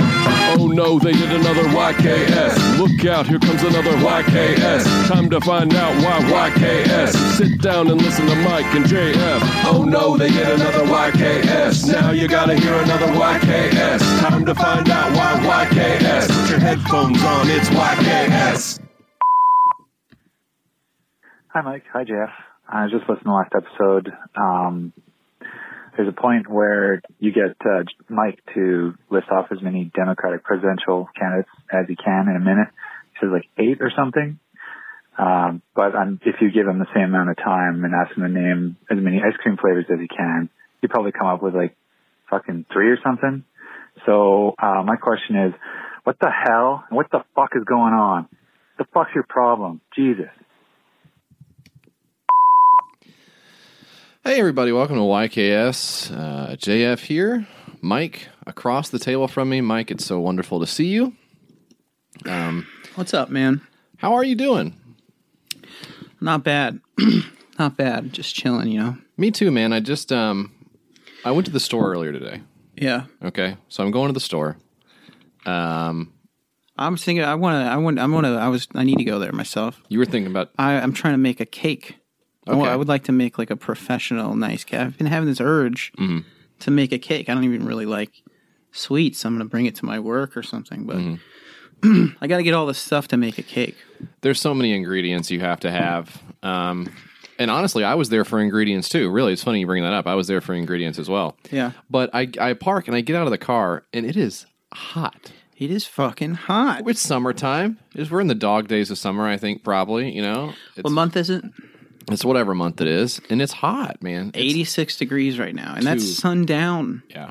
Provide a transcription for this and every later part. Oh no, they did another YKS. Look out, here comes another YKS. Time to find out why YKS. Sit down and listen to Mike and JF. Oh no, they did another YKS. Now you gotta hear another YKS. Time to find out why YKS. Put your headphones on, it's YKS. Hi, Mike. Hi, Jeff. I just listened to the last episode. Um, there's a point where you get uh, Mike to list off as many Democratic presidential candidates as he can in a minute. He says like eight or something. Um, but um, if you give him the same amount of time and ask him to name as many ice cream flavors as he can, he'd probably come up with like fucking three or something. So uh, my question is, what the hell? What the fuck is going on? The fuck's your problem? Jesus. Hey, everybody, welcome to YKS. Uh, JF here. Mike, across the table from me. Mike, it's so wonderful to see you. What's up, man? How are you doing? Not bad. Not bad. Just chilling, you know. Me too, man. I just, um, I went to the store earlier today. Yeah. Okay. So I'm going to the store. Um, I was thinking I want to I want I want to I was I need to go there myself. you were thinking about, I I'm trying to make a cake. I wa- Okay. I would like to make like a professional nice cake. I've been having this urge Mm-hmm. to make a cake. I don't even really like sweets. I'm going to bring it to my work or something, but Mm-hmm. I got to get all the stuff to make a cake. there's so many ingredients you have to have. Um, and honestly, I was there for ingredients too. Really, it's funny you bring that up. I was there for ingredients as well. Yeah. But I, I park and I get out of the car and it is hot. It is fucking hot. It's summertime. It's- We're in the dog days of summer, I think, probably. You know, it's, What month is it? it's whatever month it is, and it's hot, man. It's- 86 degrees right now, and Two. that's sundown yeah,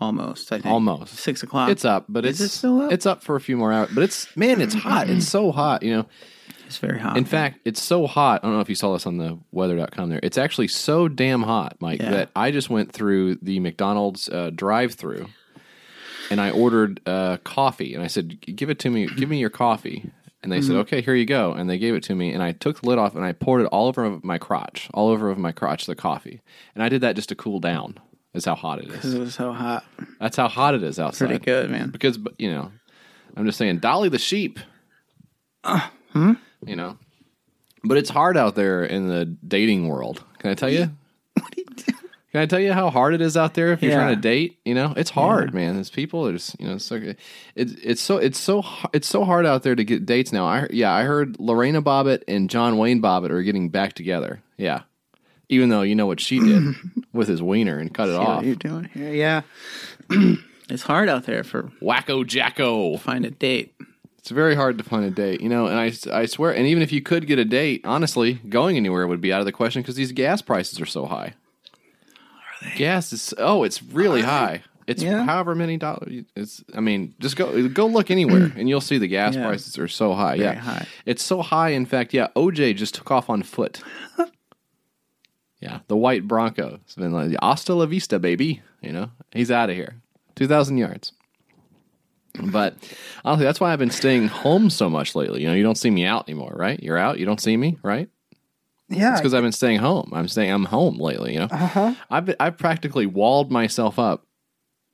almost. I think Almost. six o'clock. it's up, but Is it's it still up? It's up for a few more hours, but it's man, it's hot. It's so hot, you know. It's very hot. In fact, it's so hot. I don't know if you saw this on the weather.com there. It's actually so damn hot, Mike, Yeah. that I just went through the McDonald's uh, drive through and I ordered uh, coffee. And I said, Give it to me. Give me your coffee. And they Mm-hmm. said, Okay, here you go. And they gave it to me. And I took the lid off and I poured it all over my crotch, all over of my crotch, the coffee. And I did that just to cool down, is how hot it because is. it was so hot. That's how hot it is outside. Pretty good, man. Because, but, you know, I'm just saying, Dolly the sheep. Uh, hmm? You know, but it's hard out there in the dating world. Can I tell you? Can I tell you how hard it is out there if you're Yeah. trying to date? You know, it's hard, man. There's people. There's you know, it's so it's it's so it's so har- it's so hard out there to get dates now. I yeah, I heard Lorena Bobbitt and John Wayne Bobbitt are getting back together. Yeah, even though you know what she did with his wiener and cut it See off. what you're doing here? Yeah, it's hard out there for Wacko Jacko. find a date. It's very hard to find a date, you know. And I, I swear, and even if you could get a date, honestly, going anywhere would be out of the question because these gas prices are so high. Are they? Gas is oh, it's really high. It's Yeah. however many dollars. It's I mean, just go go look anywhere and you'll see the gas Yeah. prices are so high. Very yeah, high. it's so high. In fact, yeah, OJ just took off on foot. yeah, the white Bronco. It's been like hasta la vista, baby. You know, he's out of here. Two thousand yards. But honestly, that's why I've been staying home so much lately. You know, you don't see me out anymore, right? You're out, you don't see me, right? Yeah, It's because I've been staying home. I'm staying. I'm home lately. You know, uh-huh. I've been, I've practically walled myself up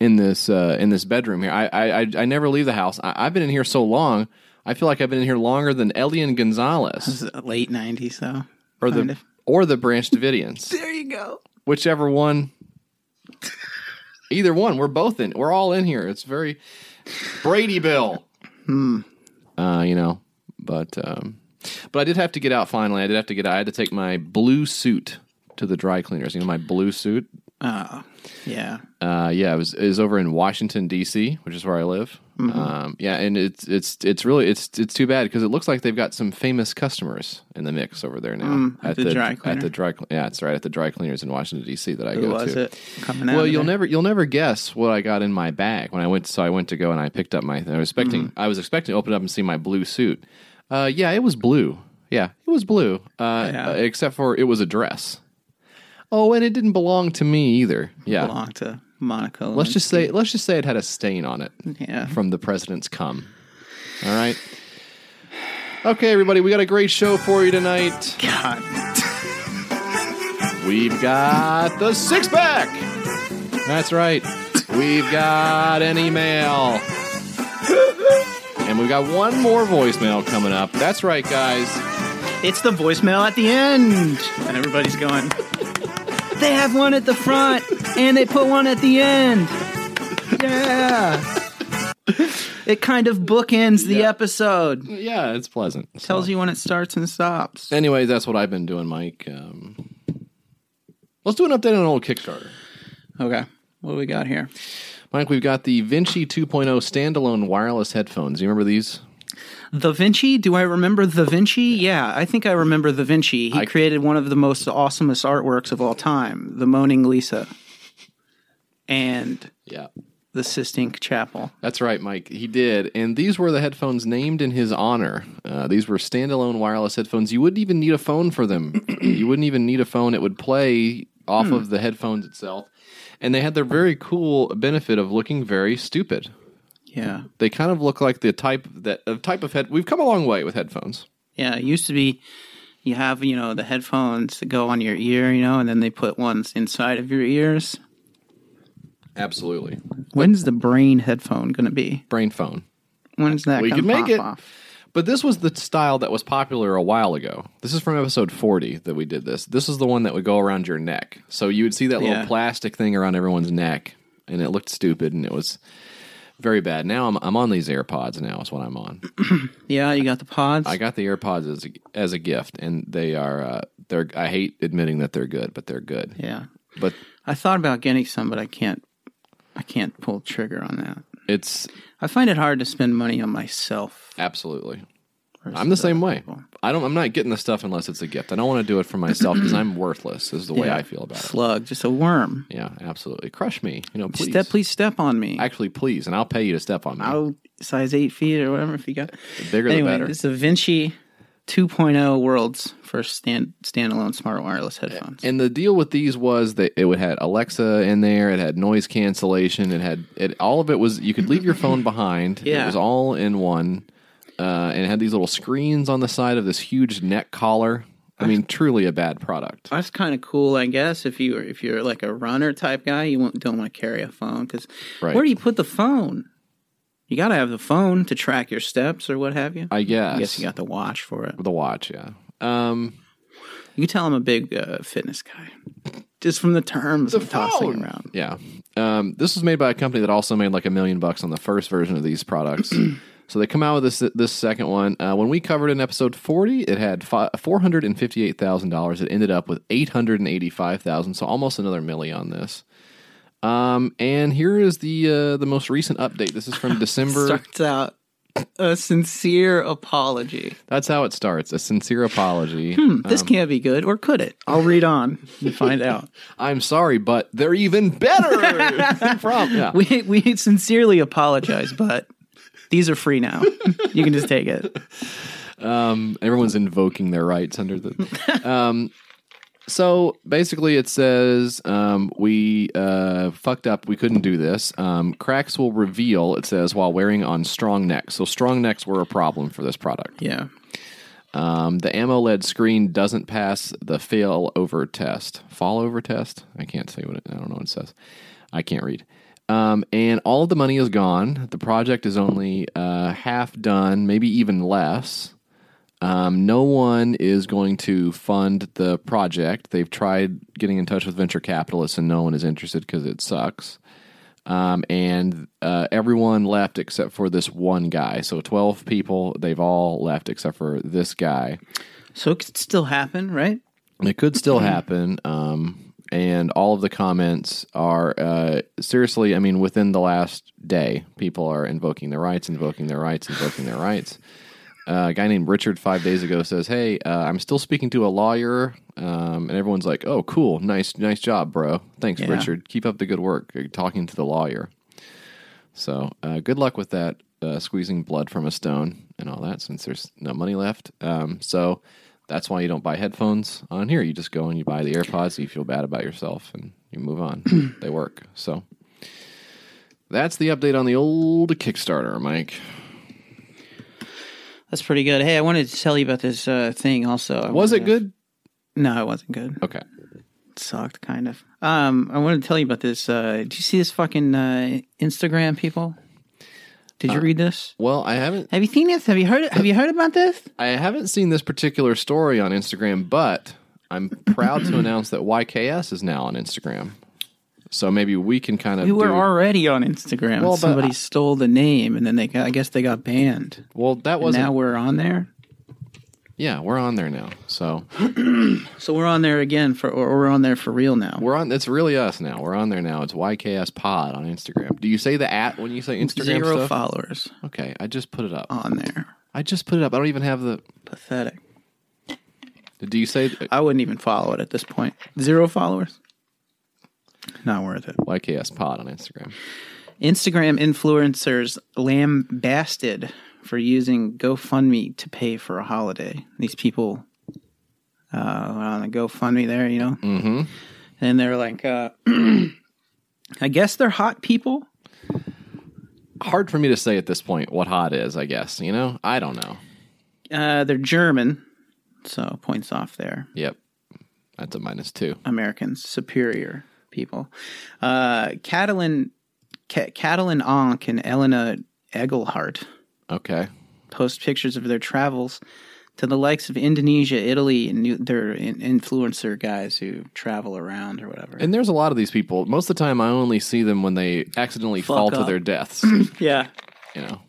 in this uh, in this bedroom here. I I I, I never leave the house. I, I've been in here so long. I feel like I've been in here longer than Elian Gonzalez late '90s though. or kind the of. or the Branch Davidians, There you go. whichever one. Either one, we're both in. We're all in here. It's very Brady Bill. Hmm. Uh, you know, but um, but I did have to get out finally. I did have to get. out. I had to take my blue suit to the dry cleaners. You know, my blue suit. Oh, yeah. Uh, yeah, it was it was over in Washington D.C., which is where I live. Mm-hmm. Um, yeah, and it's it's it's really it's it's too bad because it looks like they've got some famous customers in the mix over there now Mm, at the dry at cleaner. the dry cle- yeah that's right at the dry cleaners in Washington D.C. that I Who go was to. it coming out? Well, of you'll there? never you'll never guess what I got in my bag when I went. So I went to go and I picked up my. I was expecting Mm-hmm. I was expecting to open it up and see my blue suit. Uh, yeah, it was blue. Yeah, it was blue. Uh, Yeah. uh, except for it was a dress. Oh, and it didn't belong to me either. Yeah, belong to Monaco. let's just say let's just say it had a stain on it yeah. from the president's cum. All right. Okay, everybody, we got a great show for you tonight. God. We've got the six pack. That's right. We've got an email. And we've got one more voicemail coming up. That's right, guys. It's the voicemail at the end. And everybody's going, they have one at the front and they put one at the end. Yeah. It kind of bookends the Yeah. episode. Yeah, it's pleasant. So- Tells you when it starts and stops. Anyway, that's what I've been doing, Mike. Um, let's do an update on an old Kickstarter. Okay. What do we got here? Mike, we've got the Vinci 2.0 standalone wireless headphones. You remember these? Da Vinci? Do I remember Da Vinci? Yeah, I think I remember Da Vinci. He I- created one of the most awesomest artworks of all time, The Moaning Lisa and Yeah. The Sistine Chapel. That's right, Mike. He did. And these were the headphones named in his honor. Uh, these were standalone wireless headphones. You wouldn't even need a phone for them. you wouldn't even need a phone. It would play off of the headphones itself. And they had their very cool benefit of looking very stupid. Yeah. They kind of look like the type that uh, type of head. We've come a long way with headphones. Yeah, it used to be you have, you know, the headphones that go on your ear, you know, and then they put ones inside of your ears. Absolutely, When's the brain headphone going to be? brain phone. When's that We going to could make pop it. off? But this was the style that was popular a while ago. This is from episode 40 that we did this. This is the one that would go around your neck. So you would see that little Yeah. plastic thing around everyone's neck, and it looked stupid, and it was very bad. Now I'm, I'm on these AirPods now, is what I'm on. Yeah, you got the pods. I got the AirPods as a, as a gift, and they are, uh, they're, I hate admitting that they're good, but they're good. yeah. But I thought about getting some, but I can't I can't pull trigger on that. it's I find it hard to spend money on myself. absolutely. I'm the same way. I don't. I'm not getting the stuff unless it's a gift. I don't want to do it for myself because I'm worthless. Is the way Yeah. I feel about it. Slug, just a worm. Yeah, absolutely. Crush me, you know. Please, Step, please step on me. I, actually, please, and I'll pay you to step on me. will size eight feet or whatever if you got. the bigger anyway, the better. it's the Vinci 2.0 world's first stand standalone smart wireless headphones. And the deal with these was that it would had Alexa in there. It had noise cancellation. It had it. All of it was you could leave your phone behind. Yeah. it was all in one. Uh, and it had these little screens on the side of this huge neck collar. I mean, truly a bad product. that's kind of cool, I guess. If you if you're like a runner type guy, you won't, don't want to carry a phone because Right. where do you put the phone? You got to have the phone to track your steps or what have you. I guess. I guess you got the watch for it. the watch. Yeah. Um, You tell I'm a big uh, fitness guy, just from the terms I'm tossing around. Yeah. Um, this was made by a company that also made like a million bucks on the first version of these products. so they come out with this this second one. Uh, when we covered in episode 40, it had fi- $458,000. It ended up with 885000 so almost another milli on this. Um, and here is the uh, the most recent update. This is from December. Starts out a sincere apology. Hmm, That's how it starts. A sincere apology. This Um, can't be good, or could it? I'll read on and find out. I'm sorry, but they're even better. from, yeah. We we sincerely apologize, but these are free now. You can just take it. Everyone's invoking their rights under the. um, so basically, it says um, we uh, fucked up. We couldn't do this. Um, cracks will reveal. It says while wearing on strong necks. So strong necks were a problem for this product. Yeah. Um, the AMOLED screen doesn't pass the fail over test. Fall over test. I can't say what it. I don't know what it says. I can't read. Um, and all of the money is gone. The project is only uh, half done, maybe even less. Um, no one is going to fund the project. They've tried getting in touch with venture capitalists, and no one is interested because it sucks. Um, and uh, everyone left except for this one guy. So twelve people. They've all left except for this guy. So it could still happen, right? It could still happen. Um, and all of the comments are uh, seriously, I mean, within the last day, people are invoking their rights, invoking their rights, invoking their rights. Uh, a guy named Richard five days ago says, "Hey, uh, I'm still speaking to a lawyer," um, and everyone's like, "Oh, cool, nice, nice job, bro. Thanks, Yeah. Richard. Keep up the good work. You're talking to the lawyer." So, uh, good luck with that, uh, squeezing blood from a stone and all that, since there's no money left. Um, so, that's why you don't buy headphones on here. You just go and you buy the AirPods. You feel bad about yourself, and you move on. they work. So, that's the update on the old Kickstarter, Mike. That's pretty good. Hey, I wanted to tell you about this uh, thing also. I Was wanted it to- good? No, it wasn't good. Okay. It sucked, kind of. Um, I wanted to tell you about this. Uh, do you see this fucking uh, Instagram people? Did you read this? Well, I haven't Have you seen this? Have you heard? Have you heard about this? I haven't seen this particular story on Instagram, but I'm proud to announce that YKS is now on Instagram. So maybe we can kind of We were do- already on Instagram. Well, but Somebody I- stole the name, and then they got, I guess they got banned. well that And wasn't now we're on there. yeah we're on there now so So we're on there again for, or we're on there for real now. we're on it's really us now we're on there now it's YKS Pod on Instagram do you say the at when you say Instagram Zero stuff followers okay I just put it up on there. I just put it up I don't even have the Pathetic. do you say I wouldn't even follow it at this point. Zero followers. Not worth it. YKS Pod on Instagram Instagram influencers lambasted for using GoFundMe to pay for a holiday. These people uh, went on the GoFundMe there, you know, mm-hmm. and they're like, uh, I guess they're hot people. hard for me to say at this point what hot is I guess you know I don't know Uh, they're German, so points off there. yep that's a minus two Americans, superior people. Uh, Catalan, Ca- Catalan Ankh and Elena Egelhart. okay post pictures of their travels to the likes of Indonesia, Italy, and new, their in, influencer guys who travel around or whatever. And there's a lot of these people. Most of the time, I only see them when they accidentally Fuck fall to up. their deaths. you yeah. know,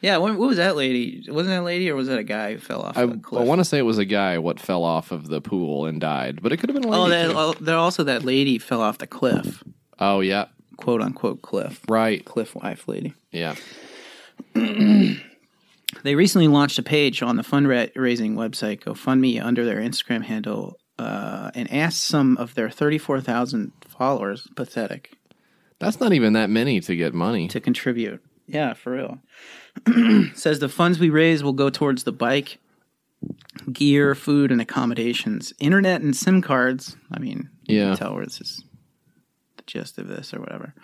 Yeah, what, what was that lady? Wasn't that a lady or was that a guy who fell off I, the cliff? want to say it was a guy what fell off of the pool and died, but it could have been. a oh, lady, that, too. oh, there also that lady fell off the cliff, oh yeah, quote unquote cliff, right, cliff wife lady. yeah. They recently launched a page on the fundraising website GoFundMe under their Instagram handle uh, and asked some of their 34,000 followers, pathetic, That's not even that many to get money. to contribute. Yeah, for real. Says the funds we raise will go towards the bike, gear, food, and accommodations, internet, and SIM cards. I mean, you Yeah. can tell where this is the gist of this or whatever.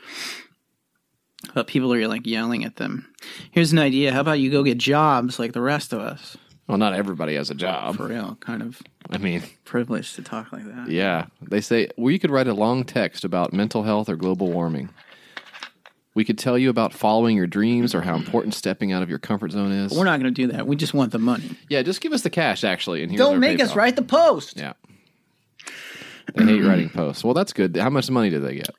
But people are like yelling at them. Here's an idea. How about you go get jobs like the rest of us? Well, not everybody has a job. For real, kind of I mean, privileged to talk like that. yeah. They say well, you could write a long text about mental health or global warming. We could tell you about following your dreams or how important stepping out of your comfort zone is. We're not going to do that. We just want the money. yeah, just give us the cash actually. And here's Don't our make us PayPal. write the post. Yeah. They hate writing posts. Well, that's good. How much money did they get?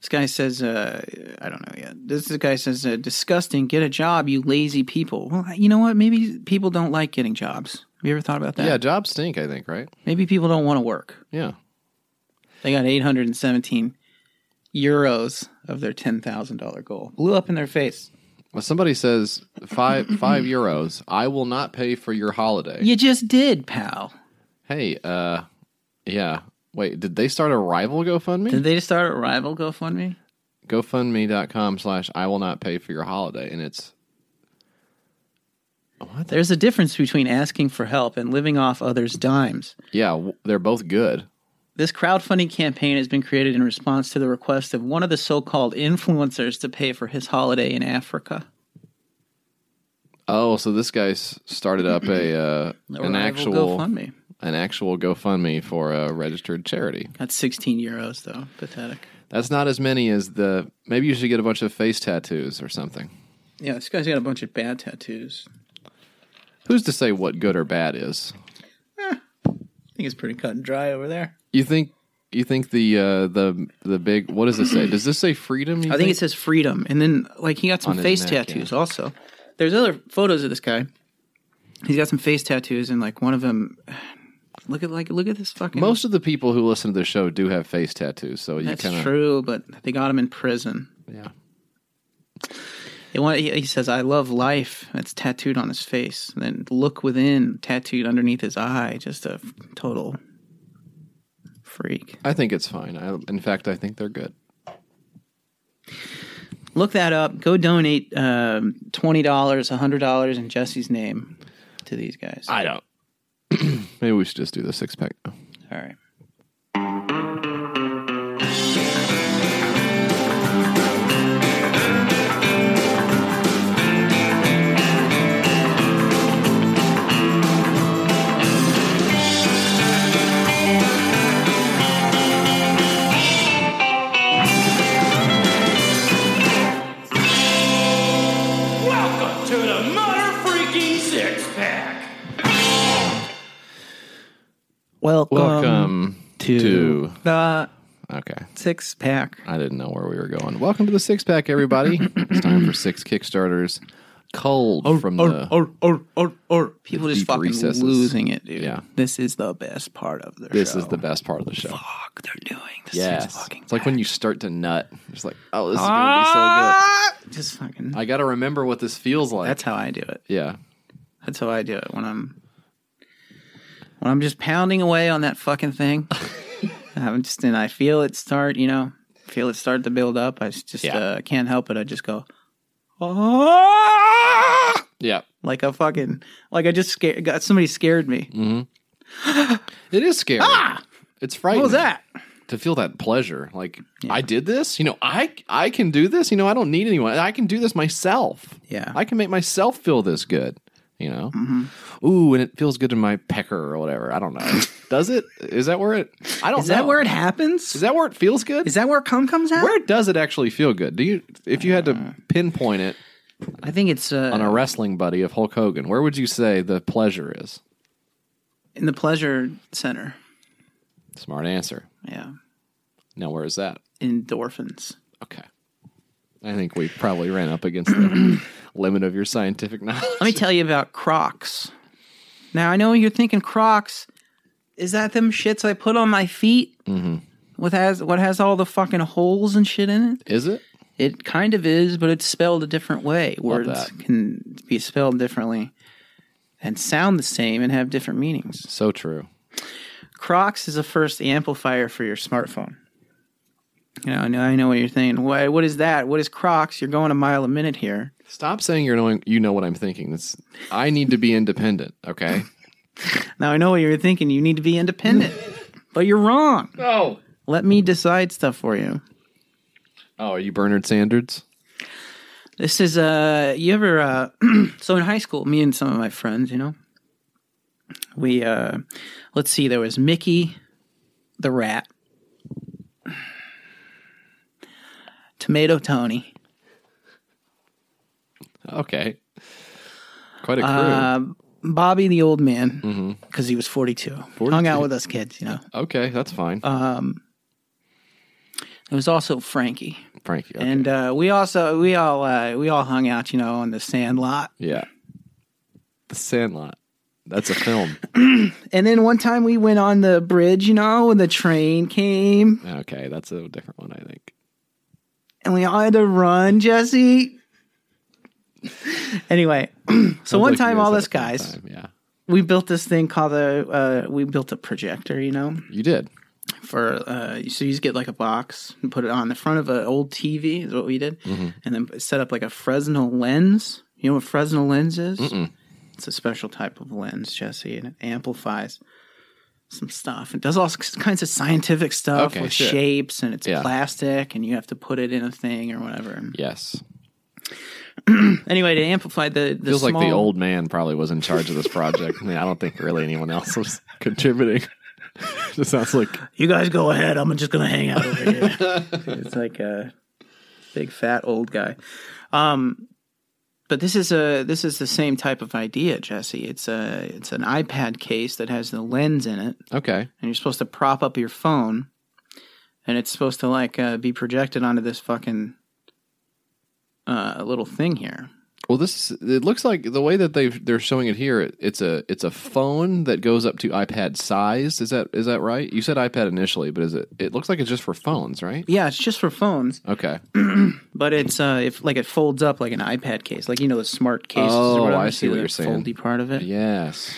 This guy says, uh, I don't know yet. This guy says, uh, disgusting. Get a job, you lazy people. Well, you know what? Maybe people don't like getting jobs. Have you ever thought about that? Yeah, jobs stink, I think, right? Maybe people don't want to work. Yeah. They got 817 euros of their $10,000 goal. Blew up in their face. Well, somebody says five five euros. I will not pay for your holiday. You just did, pal. Hey, uh, yeah. Wait, did they start a rival Did GoFundMe? they start a rival GoFundMe? GoFundMe.com slash I will not pay for your holiday. And it's. What? the- There's a difference between asking for help and living off others' dimes. yeah, w- they're both good. This crowdfunding campaign has been created in response to the request of one of the so called influencers to pay for his holiday in Africa. Oh, so this guy s- started up a uh, Or an rival actual GoFundMe. an actual GoFundMe for a registered charity. That's 16 euros, though. Pathetic. That's not as many as the. Maybe you should get a bunch of face tattoos or something. Yeah, this guy's got a bunch of bad tattoos. Who's to say what good or bad is? I think it's pretty cut and dry over there. You think you think the uh, the the big what does this say? Does this say freedom? you I think it says freedom. And then, like, he got On some his face neck, yeah. tattoos also. There's other photos of this guy. He's got some face tattoos, and, like, one of them. Look at, like, look at this fucking. most of the people who listen to the show do have face tattoos, so you That's kind of true, but they got him in prison. yeah. He, wa- he he says, I love life. That's tattooed on his face. And then look within, tattooed underneath his eye. Just a f- total freak. I think it's fine. I, in fact, I think they're good. Look that up. Go donate um, $20, $100 in Jesse's name to these guys. I don't. Maybe we should just do the six pack. now. All right. Welcome, Welcome to, to- the Okay. six pack. I didn't know where we were going. Welcome to the six pack, everybody. it's time for six Kickstarters. Cold Oh, from the. or, or, or, or. People just deep fucking recesses. losing it, dude. Yeah. This is the best part of the this show. is the best part of the show. Fuck, they're doing the six Yes. fucking It's like pack. when you start to nut. It's like, oh, this is going to be so Just fucking. good. I got to remember what this feels like. Ah! That's how I do it. yeah. That's how I do it when I'm when I'm just pounding away on that fucking thing. I'm just and I feel it start, you know, feel it start to build up. I s- just Yeah. uh, can't help it. I just go, "Ah!" Yeah. like a fucking like I just scared got somebody scared me. It is scary. It's frightening. Ah! What was that? To feel that pleasure. Like, I did this. You know, I I can do this. You know, I don't need anyone. I can do this myself. Yeah. I can make myself feel this good. You know? Mm-hmm. Ooh, and it feels good in my pecker or whatever. I don't know. Does it? Is that where it? I don't Is know. that where it happens? Is Is that where it feels good? that where cum comes out? where does it actually feel good? Do you, if you had Uh. to pinpoint it I think it's uh, on a wrestling buddy of Hulk Hogan, where would you say the pleasure is? in the pleasure center. Smart answer. Yeah, Now, where is that? endorphins. Okay. I think we probably ran up against the limit of your scientific Let me knowledge. tell you about Crocs. Now I know you're thinking Crocs. Is that them shits I put on my feet? Mm-hmm. With has what has all the fucking holes and shit in it? Is it? It kind of is, but it's spelled a different way. Words that. can be spelled differently and sound the same and have different meanings. So true. Crocs is a first amplifier for your smartphone. You know, I know, I know what you're thinking. Why? What is that? What is Crocs? You're going a mile a minute here. Stop saying you're knowing. You know what I'm thinking. That's I need to be independent. Okay. Now I know what you're thinking. You need to be independent, but you're wrong. No. Let me decide stuff for you. Oh, are you Bernard Sanders? This is uh you ever uh so in high school, me and some of my friends, you know. We uh let's see, there was Mickey the rat. Tomato Tony. Okay. Quite a crew. Uh, Bobby the old man because he was 42. Hung out with us kids, you know. Um, okay, that's fine. There was also Frankie. Frankie. okay. And uh we also we all uh we all hung out, you know, on the sand lot. yeah. The Sandlot. That's a film. And then one time we went on the bridge, you know, when the train came okay, that's a different one. I think. and we all had to run, Jesse. anyway, so Sounds one like you time, all had us a fun guys, time, Yeah. we built this thing called a, uh, we built a projector, you know, You did. for, uh, so you just get like a box and put it on the front of an old TV, is what we did, Mm-hmm. and then set up like a Fresnel lens. You know what Fresnel lens is? It's a special type of lens, Jesse, and it amplifies some stuff. It does all kinds of scientific stuff Okay, with sure. shapes, and it's Yeah. plastic, and you have to put it in a thing or whatever. Yes. Anyway, to amplify the, the Feels like the small- old man probably was in charge of this project. I mean, I don't think really anyone else was contributing. Just sounds like You guys go ahead. I'm just gonna hang out over here. it's like a big fat old guy. Um, but this is a this is the same type of idea, Jesse. It's a it's an iPad case that has the lens in it, okay. and you're supposed to prop up your phone, and it's supposed to like uh, be projected onto this fucking uh, little thing here. Well, this it looks like the way that they they're showing it here. It, it's a it's a phone that goes up to iPad size. Is that is that right? You said iPad initially, but is it? It looks like it's just for phones, right? Yeah, it's just for phones, Okay. but it's uh, if like it folds up like an iPad case, like you know the smart cases. Oh, or whatever, I you see what the you're saying. Foldy part of it. Yes.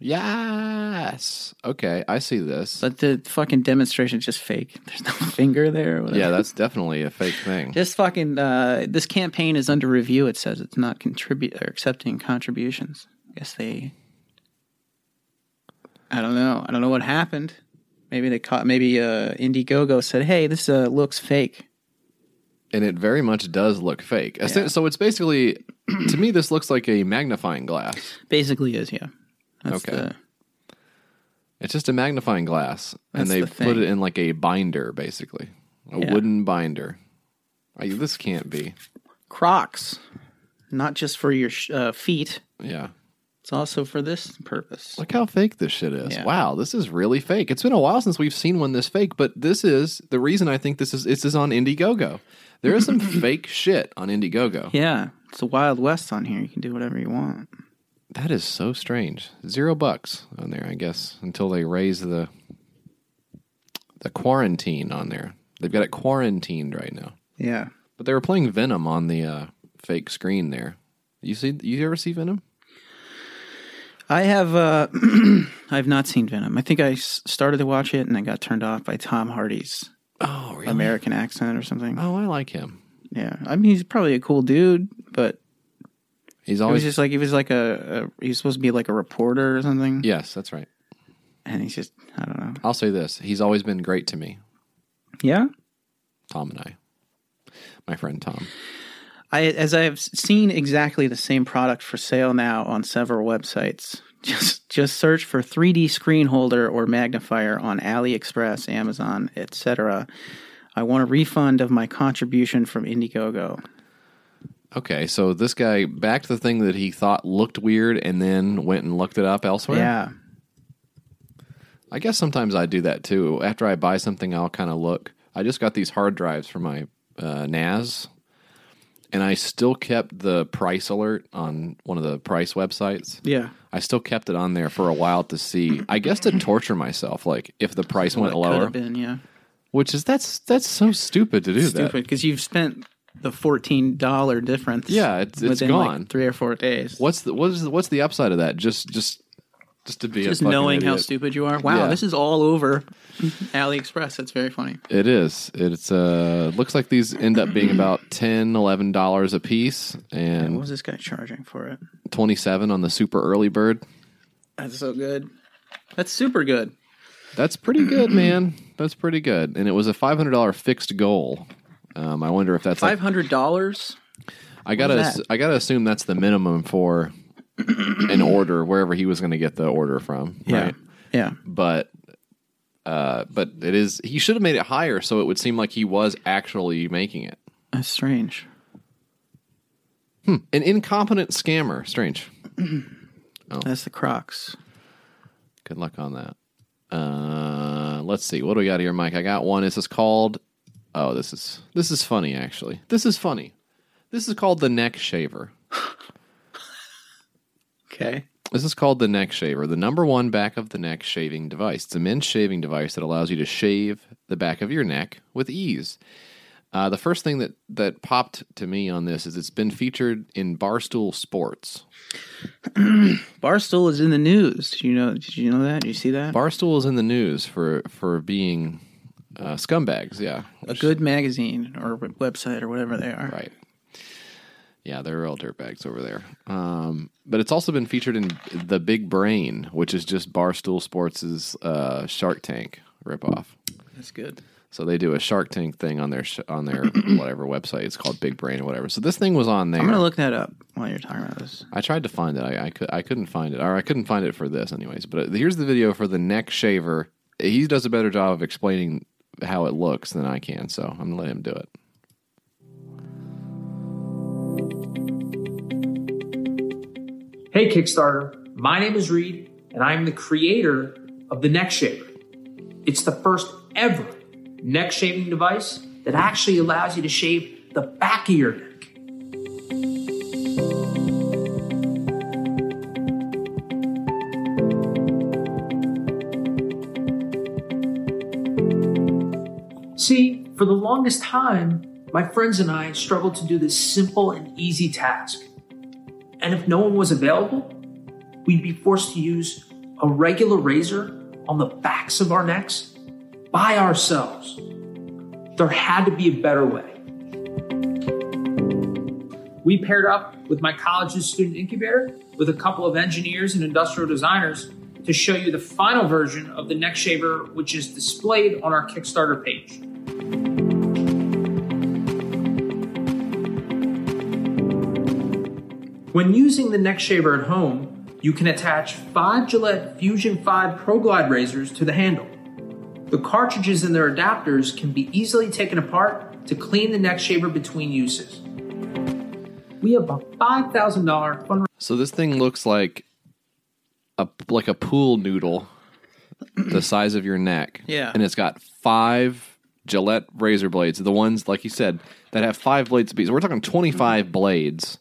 Yes. Okay, I see this. But the fucking demonstration is just fake. There's no finger there. Or whatever. yeah, that's definitely a fake thing. This fucking uh, this campaign is under review. It says it's not contribute or accepting contributions. I guess they. I don't know. I don't know what happened. Maybe they caught. Maybe uh, Indiegogo said, "Hey, this uh, looks fake." And it very much does look fake. So it's basically to me this looks like a magnifying glass. Basically, is yeah. That's Okay. The, It's just a magnifying glass, and That's they the put thing. it in like a binder, basically a Yeah. wooden binder. Like, this can't be. Crocs, not just for your sh- uh, feet, Yeah, It's also for this purpose. Look how fake this shit is. Yeah. Wow, this is really fake. It's been a while since we've seen one this fake, but this is the reason I think this is this is on Indiegogo. There is some fake shit on Indiegogo. Yeah, it's the Wild West on here. You can do whatever you want. That is so strange. Zero bucks on there, I guess, until they raise the the quarantine on there. They've got it quarantined right now. Yeah. But they were playing Venom on the uh, fake screen there. You see? You ever see Venom? I have uh I've not seen Venom. I think I s- started to watch it and I got turned off by Tom Hardy's Oh, really? American accent or something. Oh, I like him. Yeah. I mean, he's probably a cool dude, but He's it was always just like he was like a, a he's supposed to be like a reporter or something. yes, that's right. And he's just I don't know. I'll say this: he's always been great to me, Yeah. Tom and I, my friend Tom. I as I have seen exactly the same product for sale now on several websites. Just just search for 3D screen holder or magnifier on AliExpress, Amazon, etc. I want a refund of my contribution from Indiegogo. Okay, so this guy backed the thing that he thought looked weird, and then went and looked it up elsewhere. Yeah. I guess sometimes I do that too. After I buy something, I'll kind of look. I just got these hard drives for my uh, NAS, and I still kept the price alert on one of the price websites. Yeah. I still kept it on there for a while to see. I guess to torture myself, like if the price went Could lower, have been, yeah. which is that's that's so stupid to do that. Stupid because you've spent the fourteen dollar difference. Yeah, it's- it's within, like, gone. three or four days. What's the what is the, what's the upside of that? Just just just to be Just a fucking knowing how idiot. stupid you are. Wow, Yeah. this is all over AliExpress. That's very funny. It is. It's uh looks like these end up being about 10 11 dollars a piece What and was this guy charging for it? 27 on the super early bird. That's so good. That's super good. That's pretty good, man. That's pretty good. And it was a $500 fixed goal. Um, I wonder if that's like, Five hundred dollars. I got was to that? I got to assume that's the minimum for an order wherever he was going to get the order from, right? Yeah. but uh but it is he should have made it higher so it would seem like he was actually making it That's strange. an incompetent scammer strange Oh. That's the Crocs. good luck on that uh let's see what do we got here mike i got one this is called oh this is this is funny actually this is funny this is called the neck shaver Okay. This is called the neck shaver, the number one back of the neck shaving device. It's a men's shaving device that allows you to shave the back of your neck with ease. Uh, the first thing that, that popped to me on this is it's been featured in Barstool Sports. Barstool is in the news. Did you know? Did you know that? Did you see that? Barstool is in the news for for being uh, scumbags. Yeah, a Which- good magazine or w- website or whatever they are. right. Yeah, they're real dirtbags over there. Um, but it's also been featured in the Big Brain, which is just Barstool Sports' uh, Shark Tank ripoff. That's good. So they do a Shark Tank thing on their sh- on their whatever website. It's called Big Brain or whatever. So this thing was on there. I'm gonna look that up while you're talking about this. I tried to find it. I, I could I couldn't find it, or I couldn't find it for this, anyways. But uh, here's the video for the neck shaver. He does a better job of explaining how it looks than I can, so I'm gonna let him do it. Hey, Kickstarter. My name is Reed, and I'm the creator of the Neck Shaver. It's the first ever neck shaving device that actually allows you to shave the back of your neck. See, for the longest time, my friends and I struggled to do this simple and easy task. And if no one was available, we'd be forced to use a regular razor on the backs of our necks by ourselves. There had to be a better way. We paired up with my college's student incubator with a couple of engineers and industrial designers to show you the final version of the neck shaver, which is displayed on our Kickstarter page. When using the neck shaver at home, you can attach five Gillette Fusion 5 Pro Glide razors to the handle. The cartridges and their adapters can be easily taken apart to clean the neck shaver between uses. We have a $5,000 fundraiser So this thing looks like a like a pool noodle the size of your neck. Yeah. And it's got five Gillette razor blades. The ones, like you said, that have five blades apiece. We're talking 25 blades.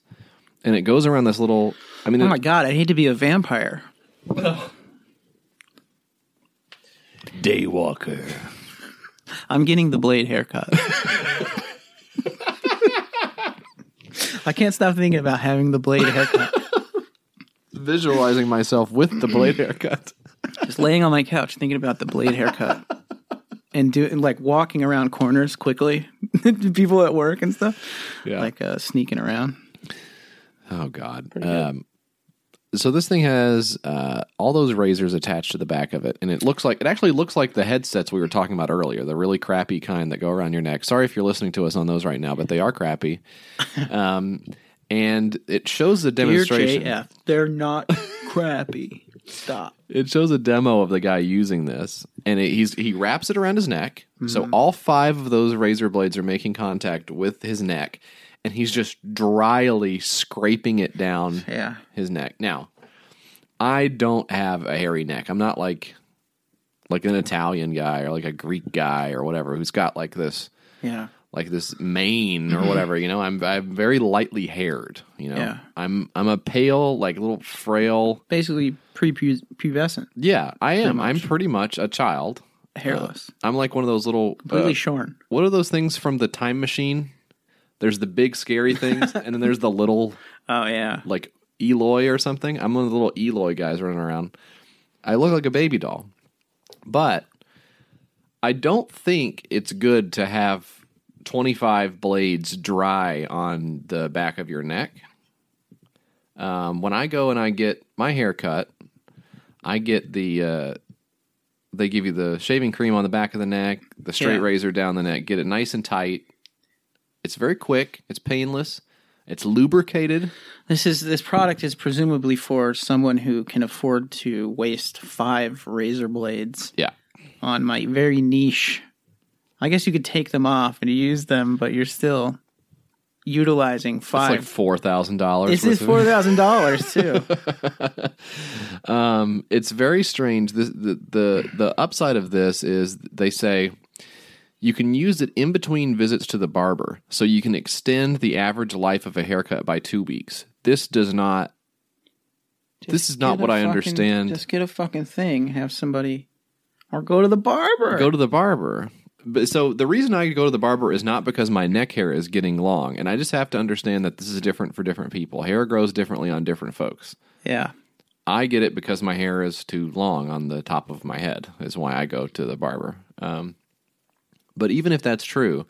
And it goes around this little. I mean, Oh it- my god, I hate to be a vampire. Daywalker. I'm getting the blade haircut. I can't stop thinking about having the blade haircut. Visualizing myself with the blade haircut. Just laying on my couch thinking about the blade haircut. And doing like walking around corners quickly, people at work and stuff, Yeah. like uh, sneaking around. Oh God. Um, so this thing has uh, all those razors attached to the back of it, and it looks like it actually looks like the headsets we were talking about earlier, the really crappy kind that go around your neck. Sorry if you're listening to us on those right now, but they are crappy. Um, and it shows the Dear demonstration. JF, they're not crappy. Stop. It shows a demo of the guy using this, and it, he's he wraps it around his neck. So all five of those razor blades are making contact with his neck, and he's just dryly scraping it down Yeah. his neck. Now, I don't have a hairy neck. I'm not like like an Italian guy or like a Greek guy or whatever who's got like this Yeah. like this mane or whatever. You know, I'm I'm very lightly haired. You know, Yeah. I'm I'm a pale like little frail. Basically prepubescent, Yeah, I am. I'm pretty much a child. hairless, I'm like one of those little. completely uh, shorn. what are those things from the time machine? There's the big scary things, and then there's the little Oh yeah. like Eloy or something. I'm one of the little Eloy guys running around. I look like a baby doll. But I don't think it's good to have 25 blades dry on the back of your neck. Um, when I go and I get my hair cut, I get the. Uh, they give you the shaving cream on the back of the neck, the straight Yeah. razor down the neck, get it nice and tight. It's very quick, it's painless, it's lubricated. This is this product is presumably for someone who can afford to waste five razor blades Yeah. on my very niche. I guess you could take them off and use them, but you're still utilizing It's five. like four thousand dollars. this is four thousand dollars too. Um, it's very strange. The, the the the upside of this is they say you can use it in between visits to the barber, so you can extend the average life of a haircut by two weeks. This does not. this is not Get a what I fucking- understand. Just get a fucking thing. Have somebody, or go to the barber. Go to the barber. But so the reason I go to the barber is not because my neck hair is getting long, and I just have to understand that this is different for different people. Hair grows differently on different folks. yeah, I get it because my hair is too long on the top of my head, is why I go to the barber. Um, but even if that's true,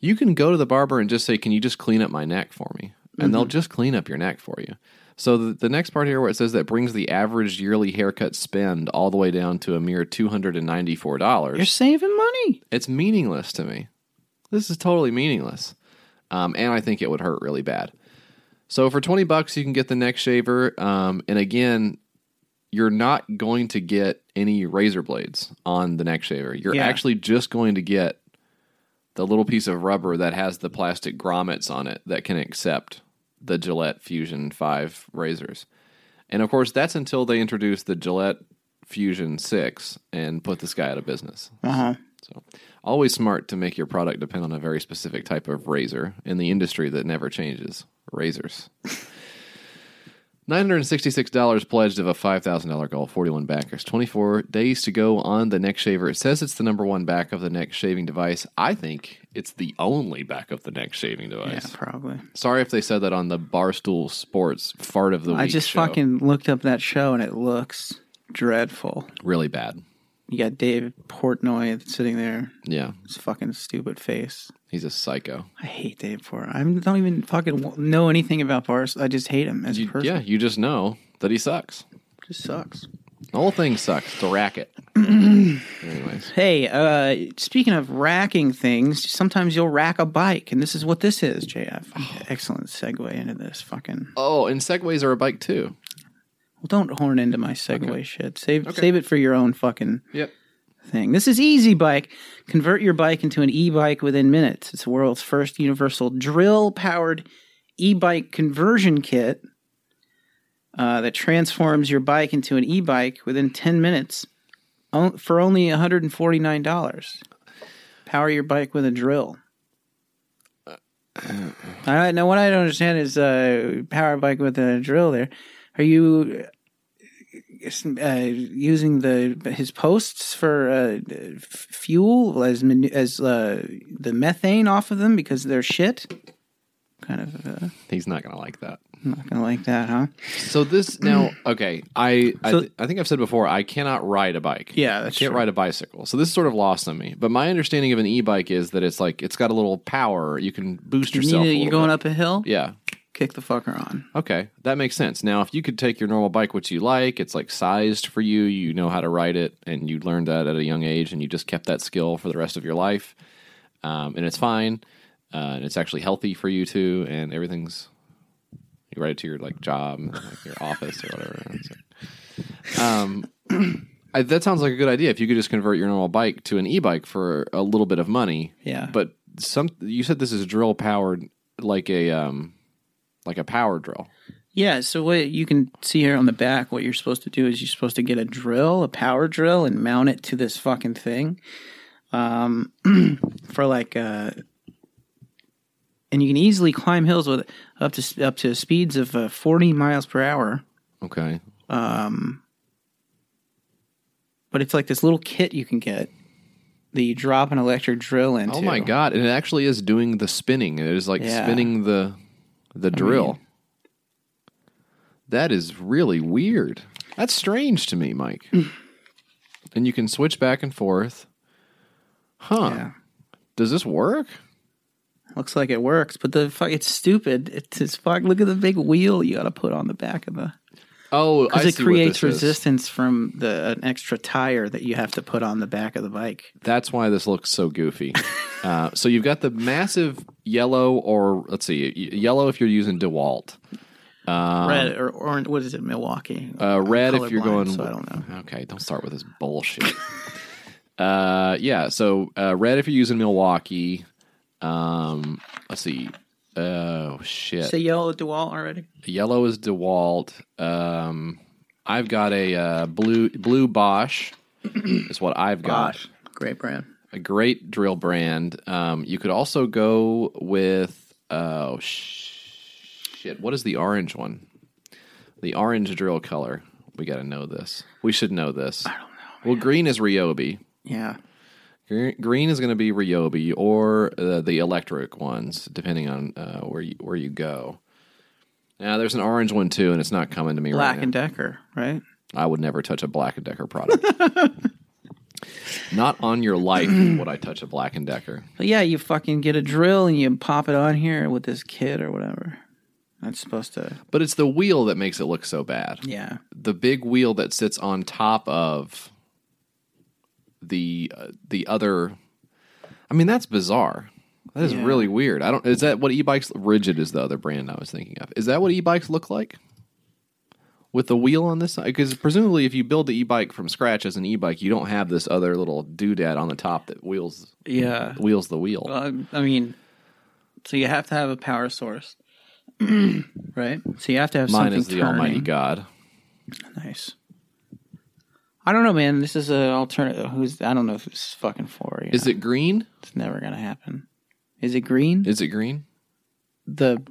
you can go to the barber and just say, Can you just clean up my neck for me? And they'll just clean up your neck for you. So the, the next part here where it says that brings the average yearly haircut spend all the way down to a mere $294 you're saving money. it's meaningless to me. This is totally meaningless. Um, and I think it would hurt really bad. So for 20 bucks, you can get the neck shaver. Um, and again, you're not going to get any razor blades on the neck shaver. You're Yeah. actually just going to get the little piece of rubber that has the plastic grommets on it that can accept the Gillette Fusion 5 razors. And of course, that's until they introduce the Gillette Fusion 6 and put this guy out of business. Uh huh. So, always smart to make your product depend on a very specific type of razor in the industry that never changes razors. $966 pledged of a $5,000 goal, 41 backers, 24 days to go on the neck shaver. It says it's the number one back of the neck shaving device. I think it's the only back of the neck shaving Yeah, device. probably. Sorry if they said that on the Barstool Sports Fart of the Week. I just show. fucking looked up that show and it looks dreadful. Really bad. You got Dave Portnoy sitting there, Yeah, his fucking stupid face. he's a psycho. I hate Dave Portnoy. I don't even fucking w- know anything about Bars. I just hate him as a You, person. yeah, you just know that he sucks. just sucks. The whole thing sucks. The racket. Anyways, Hey, uh, speaking of racking things, sometimes you'll rack a bike, and this is what this is, JF. Excellent segue into this fucking. oh, and segways are a bike too. Well, don't horn into my segue shit. Save save it for your own fucking Yep. thing. This is Easy Bike. Convert your bike into an e-bike within minutes. It's the world's first universal drill-powered e-bike conversion kit. uh, that transforms your bike into an e-bike within 10 minutes on- for only $149. Power your bike with a drill. All right, now what I don't understand is uh, power a bike with a drill there. Are you uh, using the his posts for uh, f- fuel as manu- as uh, the methane off of them because they're shit? Kind of uh, He's not gonna like that. not gonna like that, huh? So this now, okay, I I, So- th- I think I've said before I cannot ride a bike. Yeah, I that's can't true. ride a bicycle. So this sort of lost on me. But my understanding of an e-bike is that it's like it's got a little power. You can boost You yourself. need it, a little you're going up bit. a hill. Yeah. Kick the fucker on. Okay, that makes sense. Now, if you could take your normal bike, which you like, it's like sized for you. You know how to ride it, and you learned that at a young age, and you just kept that skill for the rest of your life, um, and it's fine, uh, and it's actually healthy for you too, and everything's. You ride it to your like job, and, like your office or whatever. So, um, I, that sounds like a good idea. If you could just convert your normal bike to an e-bike for a little bit of money, Yeah. but some you said this is drill powered, like a um, like a power drill. Yeah, so what you can see here on the back, what you're supposed to do is you're supposed to get a drill, a power drill, and mount it to this fucking thing. Um, for like, uh, and you can easily climb hills with up to up to speeds of uh, 40 miles per hour. Okay. But it's like this little kit you can get that you drop an electric drill into. Oh my god! And it actually is doing the spinning. It is like Yeah. spinning the the drill. that is really weird. That's strange to me, Mike. Mm. and you can switch back and forth. Huh? Yeah. Does this work? Looks like it works, but the fuck, it's stupid. It's, it's fuck. Look at the big wheel you got to put on the back of the. Oh, I Because it see what creates this is. resistance from the an extra tire that you have to put on the back of the bike. That's why this looks so goofy. uh, so you've got the massive yellow, or let's see, y- yellow if you're using Dewalt. Red or orange? What is it? Milwaukee. Um, Uh, I'm red if you're colorblind, going. So I don't know. Okay, don't start with this bullshit. uh, yeah. So uh, red if you're using Milwaukee. Um, let's see. Oh shit. Say yellow Dewalt already. Yellow is Dewalt. Um, I've got a uh, blue blue Bosch. is what I've got. Gosh, great brand. A great drill brand. Um, you could also go with oh shit. What is the orange one? The orange drill color. We got to know this. We should know this. I don't know. Well, green is Ryobi. Yeah, Gre- Green is going to be Ryobi or uh, the electric ones, depending on uh, where you where you go. Now, there's an orange one too, and it's not coming to me Black right and now. Decker, right? I would never touch a Black and Decker product. not on your life would I touch a Black and Decker. But yeah, you fucking get a drill and you pop it on here with this kit or whatever. That's supposed to. But it's the wheel that makes it look so bad. Yeah, The big wheel that sits on top of the uh, the other. I mean, that's bizarre. That is Yeah. really weird. I don't. Is that what e-bikes? Rigid is the other brand I was thinking of. Is that what e-bikes look like? With the wheel on this side, because presumably, if you build the e-bike from scratch as an e-bike, you don't have this other little doodad on the top that wheels yeah. wheels the wheel. Well, I I mean, so you have to have a power source, right? So you have to have Mine something is the turning. Almighty God. Nice. I don't know, man. This is an alternative. Who's I don't know if it's fucking for. You Is it green? It's never gonna happen. Is it green? Is it green? the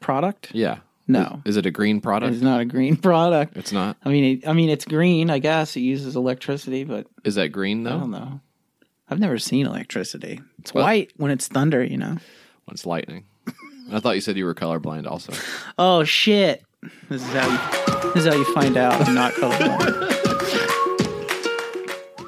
product? Yeah. No, Is it a green product? it's not a green product. It's not. I mean, it, I mean, it's green. I guess it uses electricity, but Is that green I though? don't know. I've never seen electricity. It's Oh. Well- white when it's thunder, you know. It's lightning. I thought you said you were colorblind also. Oh shit! This is how you. This is how you find out I'm not colorblind.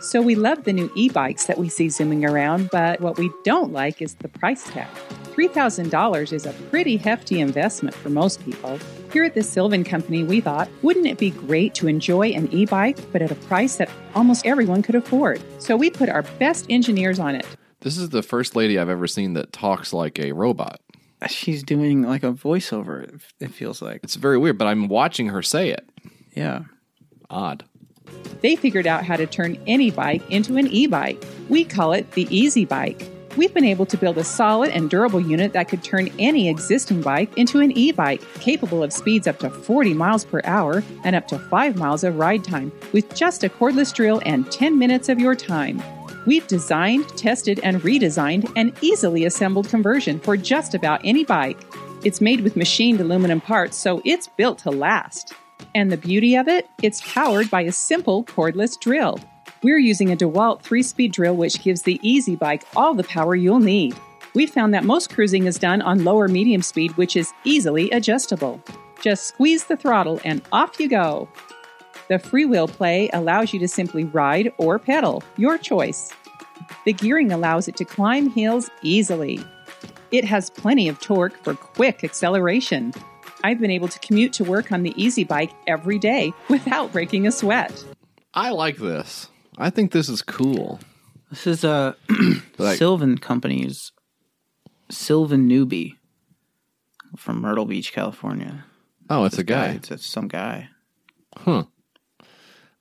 So we love the new e-bikes that we see zooming around, but what we don't like is the price tag. $3,000 is a pretty hefty investment for most people. Here at the Sylvan Company, we thought, wouldn't it be great to enjoy an e-bike, but at a price that almost everyone could afford? So we put our best engineers on it. This is the first lady I've ever seen that talks like a robot. She's doing like a voiceover. it- It feels like. It's very weird, but I'm watching her say it. Yeah. Odd. They figured out how to turn any bike into an e bike. We call it the Easy Bike. We've been able to build a solid and durable unit that could turn any existing bike into an e bike capable of speeds up to 40 miles per hour and up to 5 miles of ride time with just a cordless drill and 10 minutes of your time. We've designed, tested, and redesigned an easily assembled conversion for just about any bike. It's made with machined aluminum parts, so it's built to last. And the beauty of it? It's powered by a simple cordless drill. We're using a DeWalt three speed drill, which gives the Easy Bike all the power you'll need. We found that most cruising is done on lower medium speed, which is easily adjustable. Just squeeze the throttle and off you go. The freewheel play allows you to simply ride or pedal, your choice. The gearing allows it to climb hills easily. It has plenty of torque for quick acceleration. I've been able to commute to work on the Easy Bike every day without breaking a sweat. I like this. I think this is cool. This is a Like- Sylvan Company's Sylvan Newbie from Myrtle Beach, California. Oh, it's a guy. It's, it's some guy.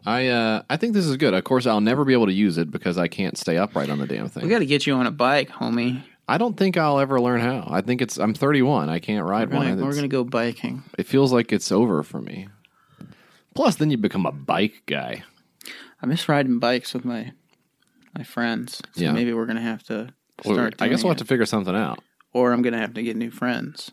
I uh, I think this is good. Of course, I'll never be able to use it because I can't stay upright on the damn We thing. got to get you on a bike, homie. I don't think I'll ever learn how. I think it's I'm 31. I can't ride We're one. gonna, we're It's- gonna go biking. It feels like it's over for me. Plus, then you become a bike guy. I miss riding bikes with my my friends. So Yeah. maybe we're gonna have to Well, start. I guess doing we'll have to it. figure something out. or I'm gonna have to get new friends.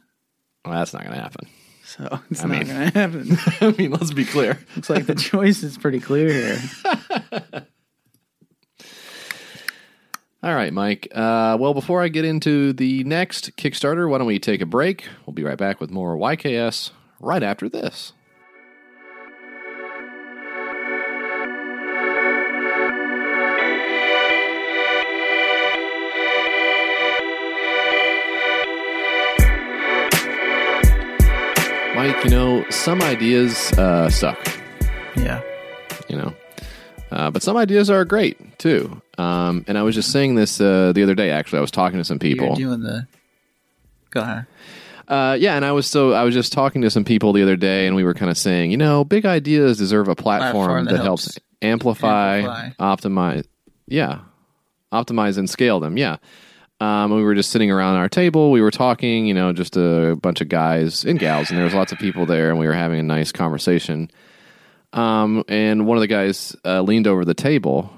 Well, that's not going to happen. So it's I not mean- gonna happen. I mean, let's be clear. Looks like the choice is pretty clear here. All right, Mike. Uh, well, before I get into the next Kickstarter, why don't we take a break? We'll be right back with more YKS right after this. Mike, you know, some ideas uh, suck Yeah. you know. Uh, but some ideas are great too. Um, and I was just saying this uh, the other day. Actually, I was talking to some You're people. doing the. Go ahead. Uh, yeah, and I was so I was just talking to some people the other day, and we were kind of saying, you know, big ideas deserve a platform, Platform that, that helps, helps amplify, amplify. optimize, yeah, optimize and scale them. Yeah. Um, we were just sitting around our table. We were talking, you know, just a bunch of guys and gals, and there was lots of people there, and we were having a nice conversation. Um, and one of the guys uh, leaned over the table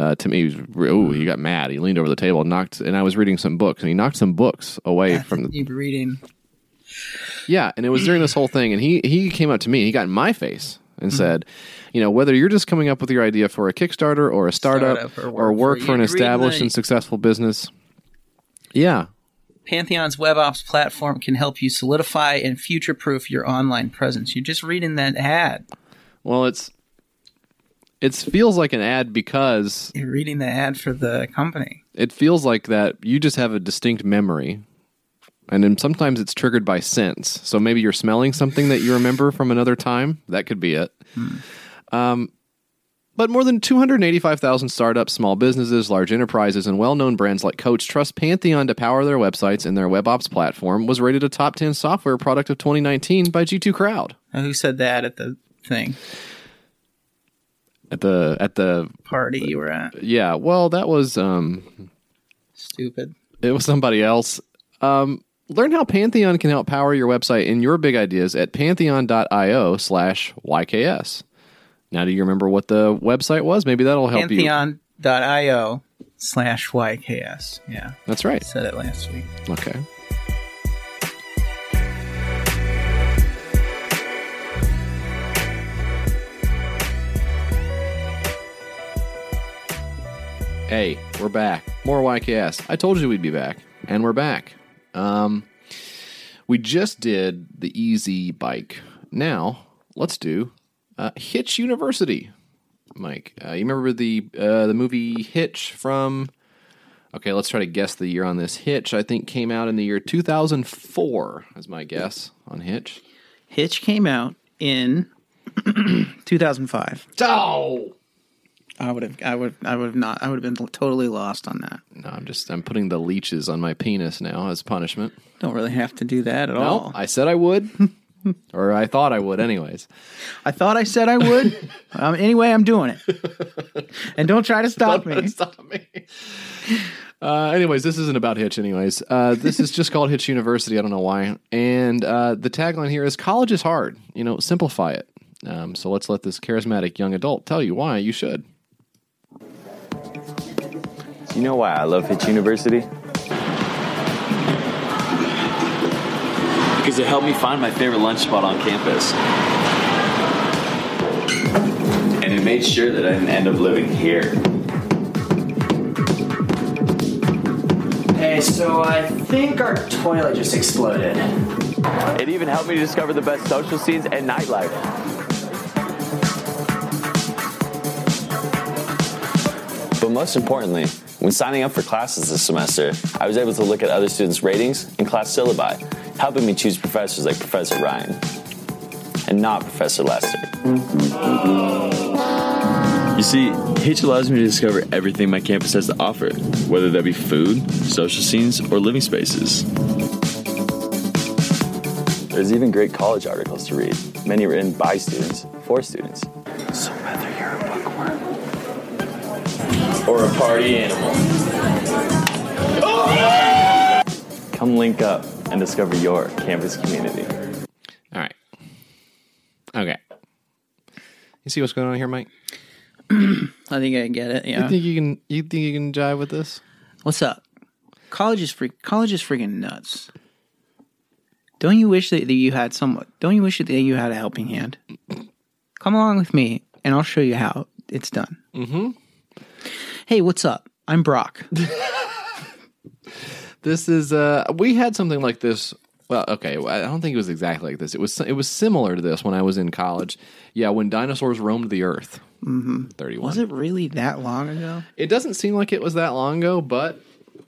uh, to me. He was, ooh, he got mad. He leaned over the table, and knocked, and I was reading some books, and he knocked some books away from the Keep reading. yeah, and it was during this whole thing, and he he came up to me, and he got in my face and said, you know, whether you're just coming up with your idea for a Kickstarter or a startup, Startup or or, work work for- for an you're reading established the- and successful business, yeah, Pantheon's WebOps platform can help you solidify and future proof your online presence. You're just reading that ad. well, it's it feels like an ad because You're reading the ad for the company. it feels like that you just have a distinct memory. And then sometimes it's triggered by sense. So maybe you're smelling something that you remember from another time. That could be it. Um, but more than 285,000 startups, small businesses, large enterprises, and well known brands like Coach trust Pantheon to power their websites, and their WebOps platform was rated a top 10 software product of 2019 by G2 Crowd Now, who said that at the thing at the, at the, party you were at? yeah, well, that was, um, Stupid. It was somebody else. Um, learn how Pantheon can help power your website and your big ideas at pantheon.io slash YKS. Now, do you remember what the website was? Maybe that'll help you. Pantheon.io slash YKS. Yeah, That's right. I said it last week. Okay. Hey, we're back. More YKS. I told you we'd be back, and we're back. Um, we just did the easy bike. Now let's do uh, Hitch University. Mike, uh, you remember the uh, the movie Hitch from Okay, let's try to guess the year on this. Hitch, I think, came out in the year 2004, is my guess on Hitch. Hitch came out in 2005. Oh! I would have, I would, I would have not, I would have been totally lost on that. No, I'm just, I'm putting the leeches on my penis now as punishment. Don't really have to do that at No, all. I said I would. or I thought I would, anyways. I thought I said I would. um, anyway, I'm doing it. And don't try to stop me. Stop me. Uh, anyways, this isn't about Hitch. Anyways, uh, this is just called Hitch University. I don't know why. And uh, the tagline here is "College is hard." You know, simplify it. Um, so let's let this charismatic young adult tell you why you should. You know why I love Hitch University? Because it helped me find my favorite lunch spot on campus. And it made sure that I didn't end up living here. Hey, so I think our toilet just exploded. It even helped me to discover the best social scenes and nightlife. But most importantly, when signing up for classes this semester, I was able to look at other students' ratings and class syllabi, helping me choose professors like Professor Ryan and not Professor Lester. You see, Hitch allows me to discover everything my campus has to offer, whether that be food, social scenes, or living spaces. There's even great college articles to read, many written by students for students. So whether you're a bookworm or a party animal, come link up and discover your campus community. All right. Okay. You see what's going on here, Mike? I think I get it. You Yeah. think you can? You think you can jive with this? What's up? College is freak. College is freaking nuts. Don't you wish that, that you had someone? Don't you wish that you had a helping hand? Come along with me, and I'll show you how it's done. Mm-hmm. Hey, what's up? I'm Brock. This is uh we had something like this well okay I don't think it was exactly like this it was it was similar to this when I was in college yeah when dinosaurs roamed the earth mm-hmm. 31 Was it really that long ago? It doesn't seem like it was that long ago but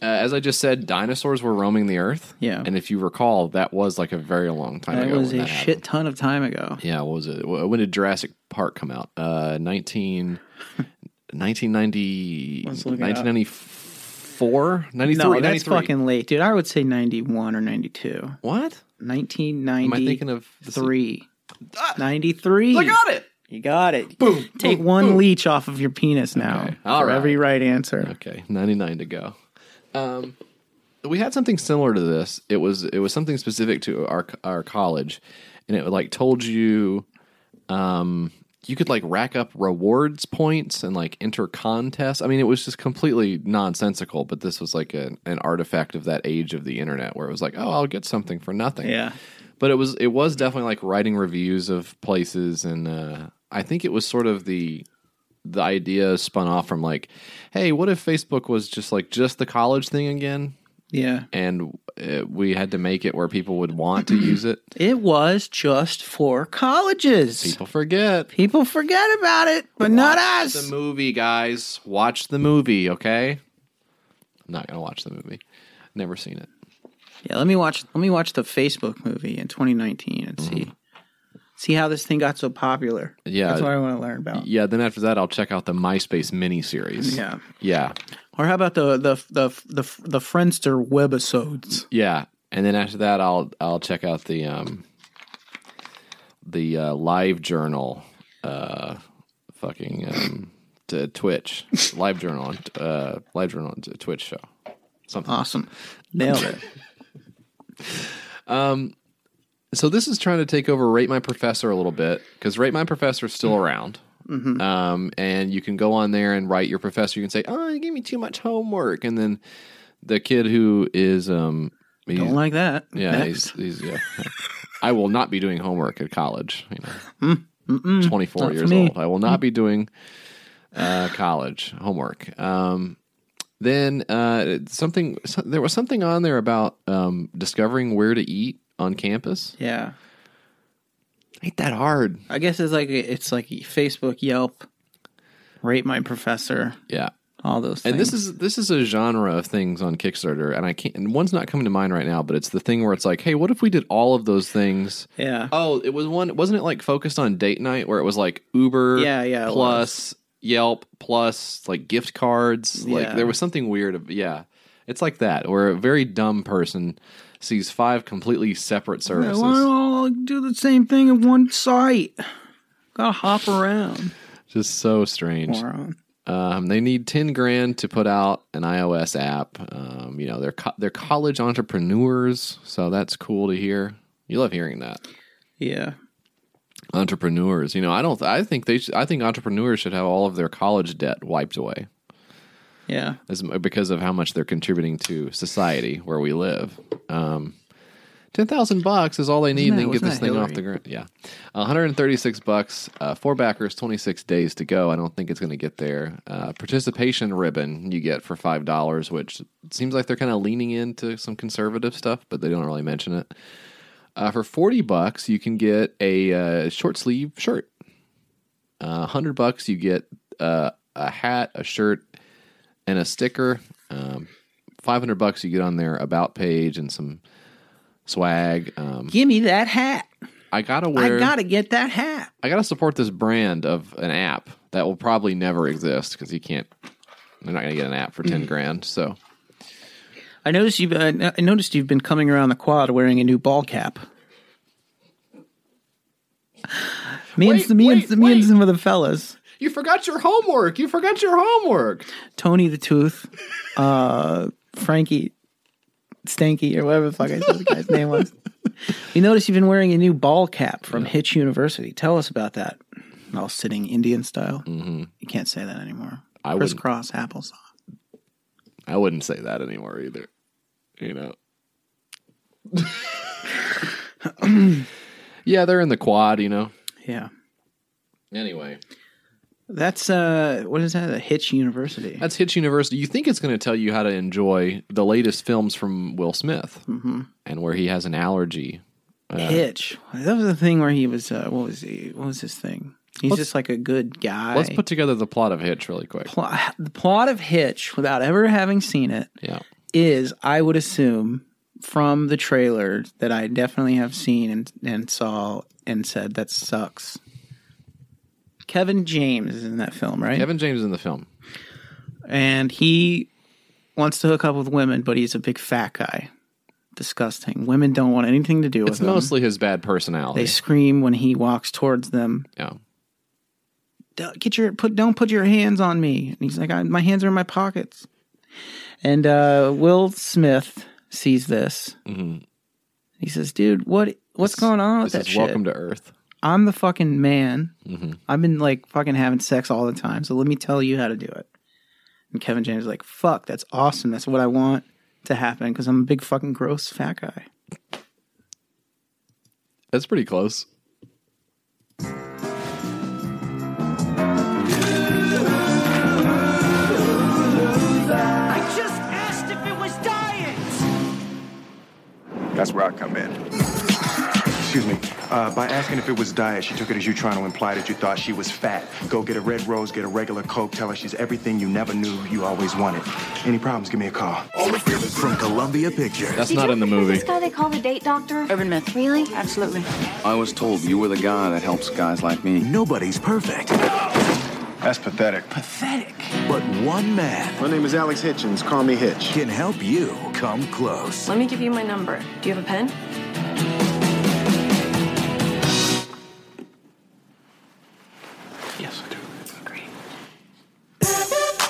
uh, as I just said dinosaurs were roaming the earth Yeah. and if you recall that was like a very long time That ago was when a that shit ton of time ago. yeah, what was it? Wh- When did Jurassic Park come out? Uh, 19, 1990, Let's look it up. 1994, 93, No, that's 93. fucking late, dude. I would say ninety-one or ninety-two. What? Nineteen Am I thinking of the se- ninety-three. Ninety-three. I got it. You got it. Boom. Take one leech off of your penis now All for right. every right answer. Okay, 99 to go. Um, we had something similar to this. It was it was something specific to our our college, and it like told you, um, you could like rack up rewards points and like enter contests. I mean, it was just completely nonsensical. But this was like an, an artifact of that age of the internet, where it was like, oh, I'll get something for nothing. Yeah. but it was it was definitely like writing reviews of places and uh i think it was sort of the the idea spun off from like hey what if facebook was just like just the college thing again Yeah. and uh we had to make it where people would want to use it It was just for colleges. People, people forget forget about it, but not the us. movie guys watch the movie okay i'm not gonna watch the movie never seen it Yeah, let me watch let me watch the Facebook movie in 2019 and see see how this thing got so popular. Mm-hmm. Yeah. That's what I want to learn about. yeah then after that i'll check out the myspace mini series Yeah. yeah Or how about the the the the, the Friendster webisodes? Yeah, and then after that, I'll I'll check out the um the uh, live journal, uh, fucking um, to Twitch live journal on uh live journal on Twitch show. Something. Awesome. Nailed it. So this is trying to take over Rate My Professor a little bit because Rate My Professor is still around. Um, and you can go on there and write your professor. You can say, "Oh, you gave me too much homework," and then the kid who is um, he's- Don't like that. Yeah, he's, Next. he's yeah. I will not be doing homework at college. You know, twenty four for years me. old. I will not be doing uh, college homework. Um, then uh, something so, there was something on there about um, discovering where to eat on campus. yeah. Ain't that hard? I guess it's like it's like Facebook, Yelp, rate my professor, Yeah. all those things. And this is this is a genre of things on Kickstarter, and I can't. And one's not coming to mind right now, but it's the thing where it's like, hey, what if we did all of those things? yeah. Oh, it was one. Wasn't it like focused on date night where it was like Uber? Yeah, yeah, it Plus Yelp, plus like gift cards. Like Yeah. there was something weird. Of, yeah, it's like that where a very dumb person sees five completely separate I services. want all all do the same thing in one site. Gotta hop around. Just so strange. Moron. Um, they need ten grand to put out an iOS app. Um, you know, they're co- they're college entrepreneurs, so that's cool to hear. You love hearing that Yeah. entrepreneurs. You know, I don't. I think they. Should, I think entrepreneurs should have all of their college debt wiped away, Yeah. as, because of how much they're contributing to society where we live. Um, Ten thousand bucks is all they need, Isn't and they that- can get this wasn't that thing off Hillary? the ground. Yeah, one hundred and thirty-six bucks, uh, four backers, twenty-six days to go. I don't think it's going to get there. Uh, participation ribbon you get for five dollars, which seems like they're kind of leaning into some conservative stuff, but they don't really mention it. Uh, for forty bucks, you can get a uh, short sleeve shirt. Uh, hundred bucks, you get uh, a hat, a shirt, and a sticker. Um, Five hundred bucks, you get on their about page and some swag. Um, Give me that hat. I gotta wear. I gotta get that hat. I gotta support this brand of an app that will probably never exist because you can't. They're not gonna get an app for ten grand. So I noticed you've. Uh, I noticed you've been coming around the quad wearing a new ball cap. Me and Wait, me and wait, me and wait. some of the fellas. you forgot your homework. You forgot your homework. Tony the Tooth, uh, Frankie Stanky, or whatever the fuck I said the guy's name was. We noticed you've been wearing a new ball cap from Hitch University. Tell us about that. All sitting Indian style. Mm-hmm. You can't say that anymore. I wouldn't. Crisscross applesauce. I wouldn't say that anymore either. You know. yeah, they're in the quad. You know. Yeah, Anyway, that's uh, what is that? A Hitch University. that's Hitch University. You think it's going to tell you how to enjoy the latest films from Will Smith Mm-hmm. and where he has an allergy. Hitch. That was the thing where he was. Uh, what was he? What was his thing? He's just like a good guy. Let's put together the plot of Hitch really quick. Pl- the plot of Hitch without ever having seen it. Yeah. is, I would assume, from the trailer that I definitely have seen and, and saw and said that sucks. Kevin James is in that film, right? Kevin James is in the film. And he wants to hook up with women, but he's a big fat guy. Disgusting. Women don't want anything to do with It's him. mostly his bad they personality. scream when he walks towards them. yeah. "Don't- Get your put! Don't put your hands on me. And he's like, I, my hands are in my pockets. And uh, Will Smith sees this. He says, "Dude, what what's going on with Mm-hmm. This that is shit? Welcome to Mm-hmm. Earth. I'm the fucking man. I've been like fucking having sex all the time. So let me tell you how to do it." And Kevin James is like, "Fuck, that's awesome. That's what I want to happen because I'm a big fucking gross fat guy." That's pretty close. I just asked if it was diet. That's where I come in. Excuse me. Uh, by asking if it was diet, she took it as you trying to imply that you thought she was fat. Go get a red rose, get a regular Coke, tell her she's everything you never knew you always wanted. Any problems, give me a call. From Columbia Pictures. That's not in the movie. guy they call the date doctor? Urban myth. Really? Absolutely. I was told you were the guy that helps guys like me. Nobody's perfect, That's pathetic. but one man My name is Alex Hitchens. Call me Hitch. can help you come close. Let me give you my number. Do you have a pen? Yes, I do.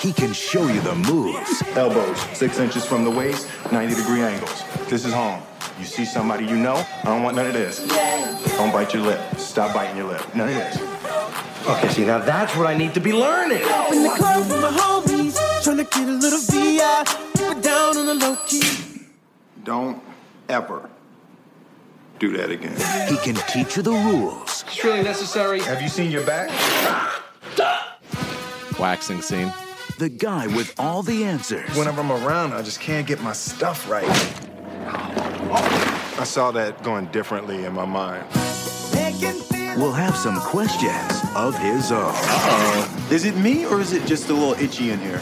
He can show you the moves Elbows, six inches from the waist, 90 degree angles. This is home. You see somebody you know, I don't want none of this. Don't bite your lip. Stop biting your lip. None of this. Okay, see, now that's what I need to be learning. In the club with my homies, trying to get a little VI, but down on the low key. Don't ever do that again. He can teach you the rules. It's really necessary. Have you seen your back? Waxing scene. The guy with all the answers. Whenever I'm around, I just can't get my stuff right. I saw that going differently in my mind. Will have some questions of his own. Is it me or is it just a little itchy in here?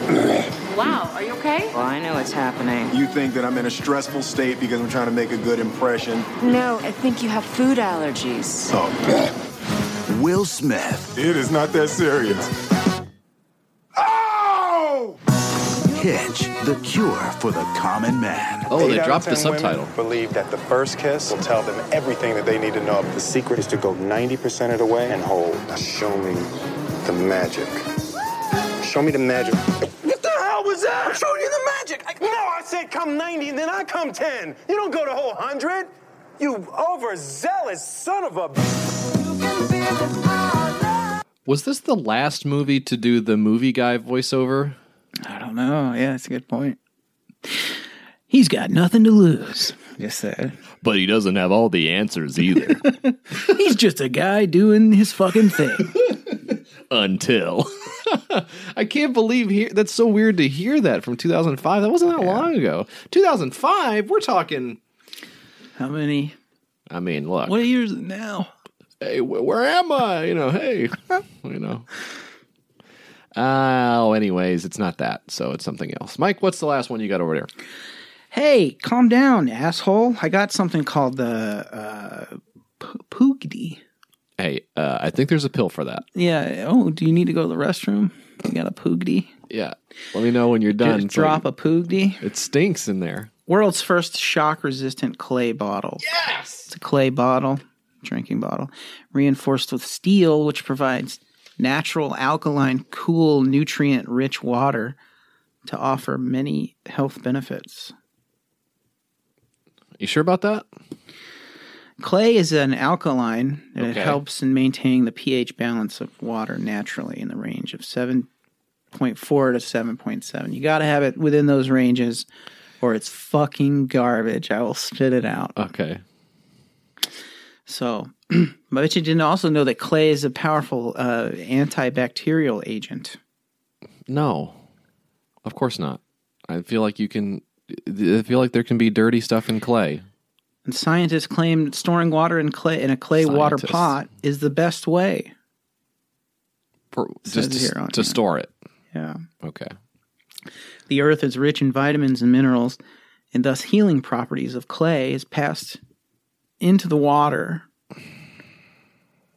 Wow. Are you okay? Well, I know what's happening. You think that I'm in a stressful state because I'm trying to make a good impression? No, I think you have food allergies. Oh, Will Smith it is not that serious. Oh! You Hitch, the cure for the common man. Eight out of 10 women Believe that the first kiss will tell them everything that they need to know. The secret is to go 90% of the way and hold. Show me the magic. Show me the magic. What the hell was that? I'm showing you the magic. I, no, I said come 90, then I come 10. You don't go the whole 100. You overzealous son of a. Was this the last movie to do the movie guy voiceover? I don't know. Yeah, that's a good point. He's got nothing to lose. Yes, sir. But he doesn't have all the answers either. He's just a guy doing his fucking thing. Until I can't believe here that's so weird to hear that from 2005. That wasn't that long ago. 2005, we're talking how many? I mean, look. What year is it now? Hey, wh- where am I? You know, hey, you know. Oh, anyways, it's not that. So it's something else. Mike, what's the last one you got over there? Hey, calm down, asshole. I got something called the uh, p- poogity. Hey, uh, I think there's a pill for that. Yeah. Oh, do you need to go to the restroom? You got a poogity? Yeah. Let me know when you're done. Just drop a poogity. It stinks in there. World's first shock resistant clay bottle. Yes! It's a clay bottle, drinking bottle, reinforced with steel, which provides natural, alkaline, cool, nutrient rich water to offer many health benefits. You sure about that? Clay is an alkaline and Okay. it helps in maintaining the pH balance of water naturally in the range of 7.4 to 7.7. You got to have it within those ranges or it's fucking garbage. I will spit it out. Okay. So, but you didn't also know that clay is a powerful uh, antibacterial agent. No. Of course not. I feel like you can. I feel like there can be dirty stuff in clay. And scientists claim that storing water in clay in a clay water Scientists. pot is the best way. For, Says just to, here on to store it. Yeah. Okay. The earth is rich in vitamins and minerals, and thus healing properties of clay is passed into the water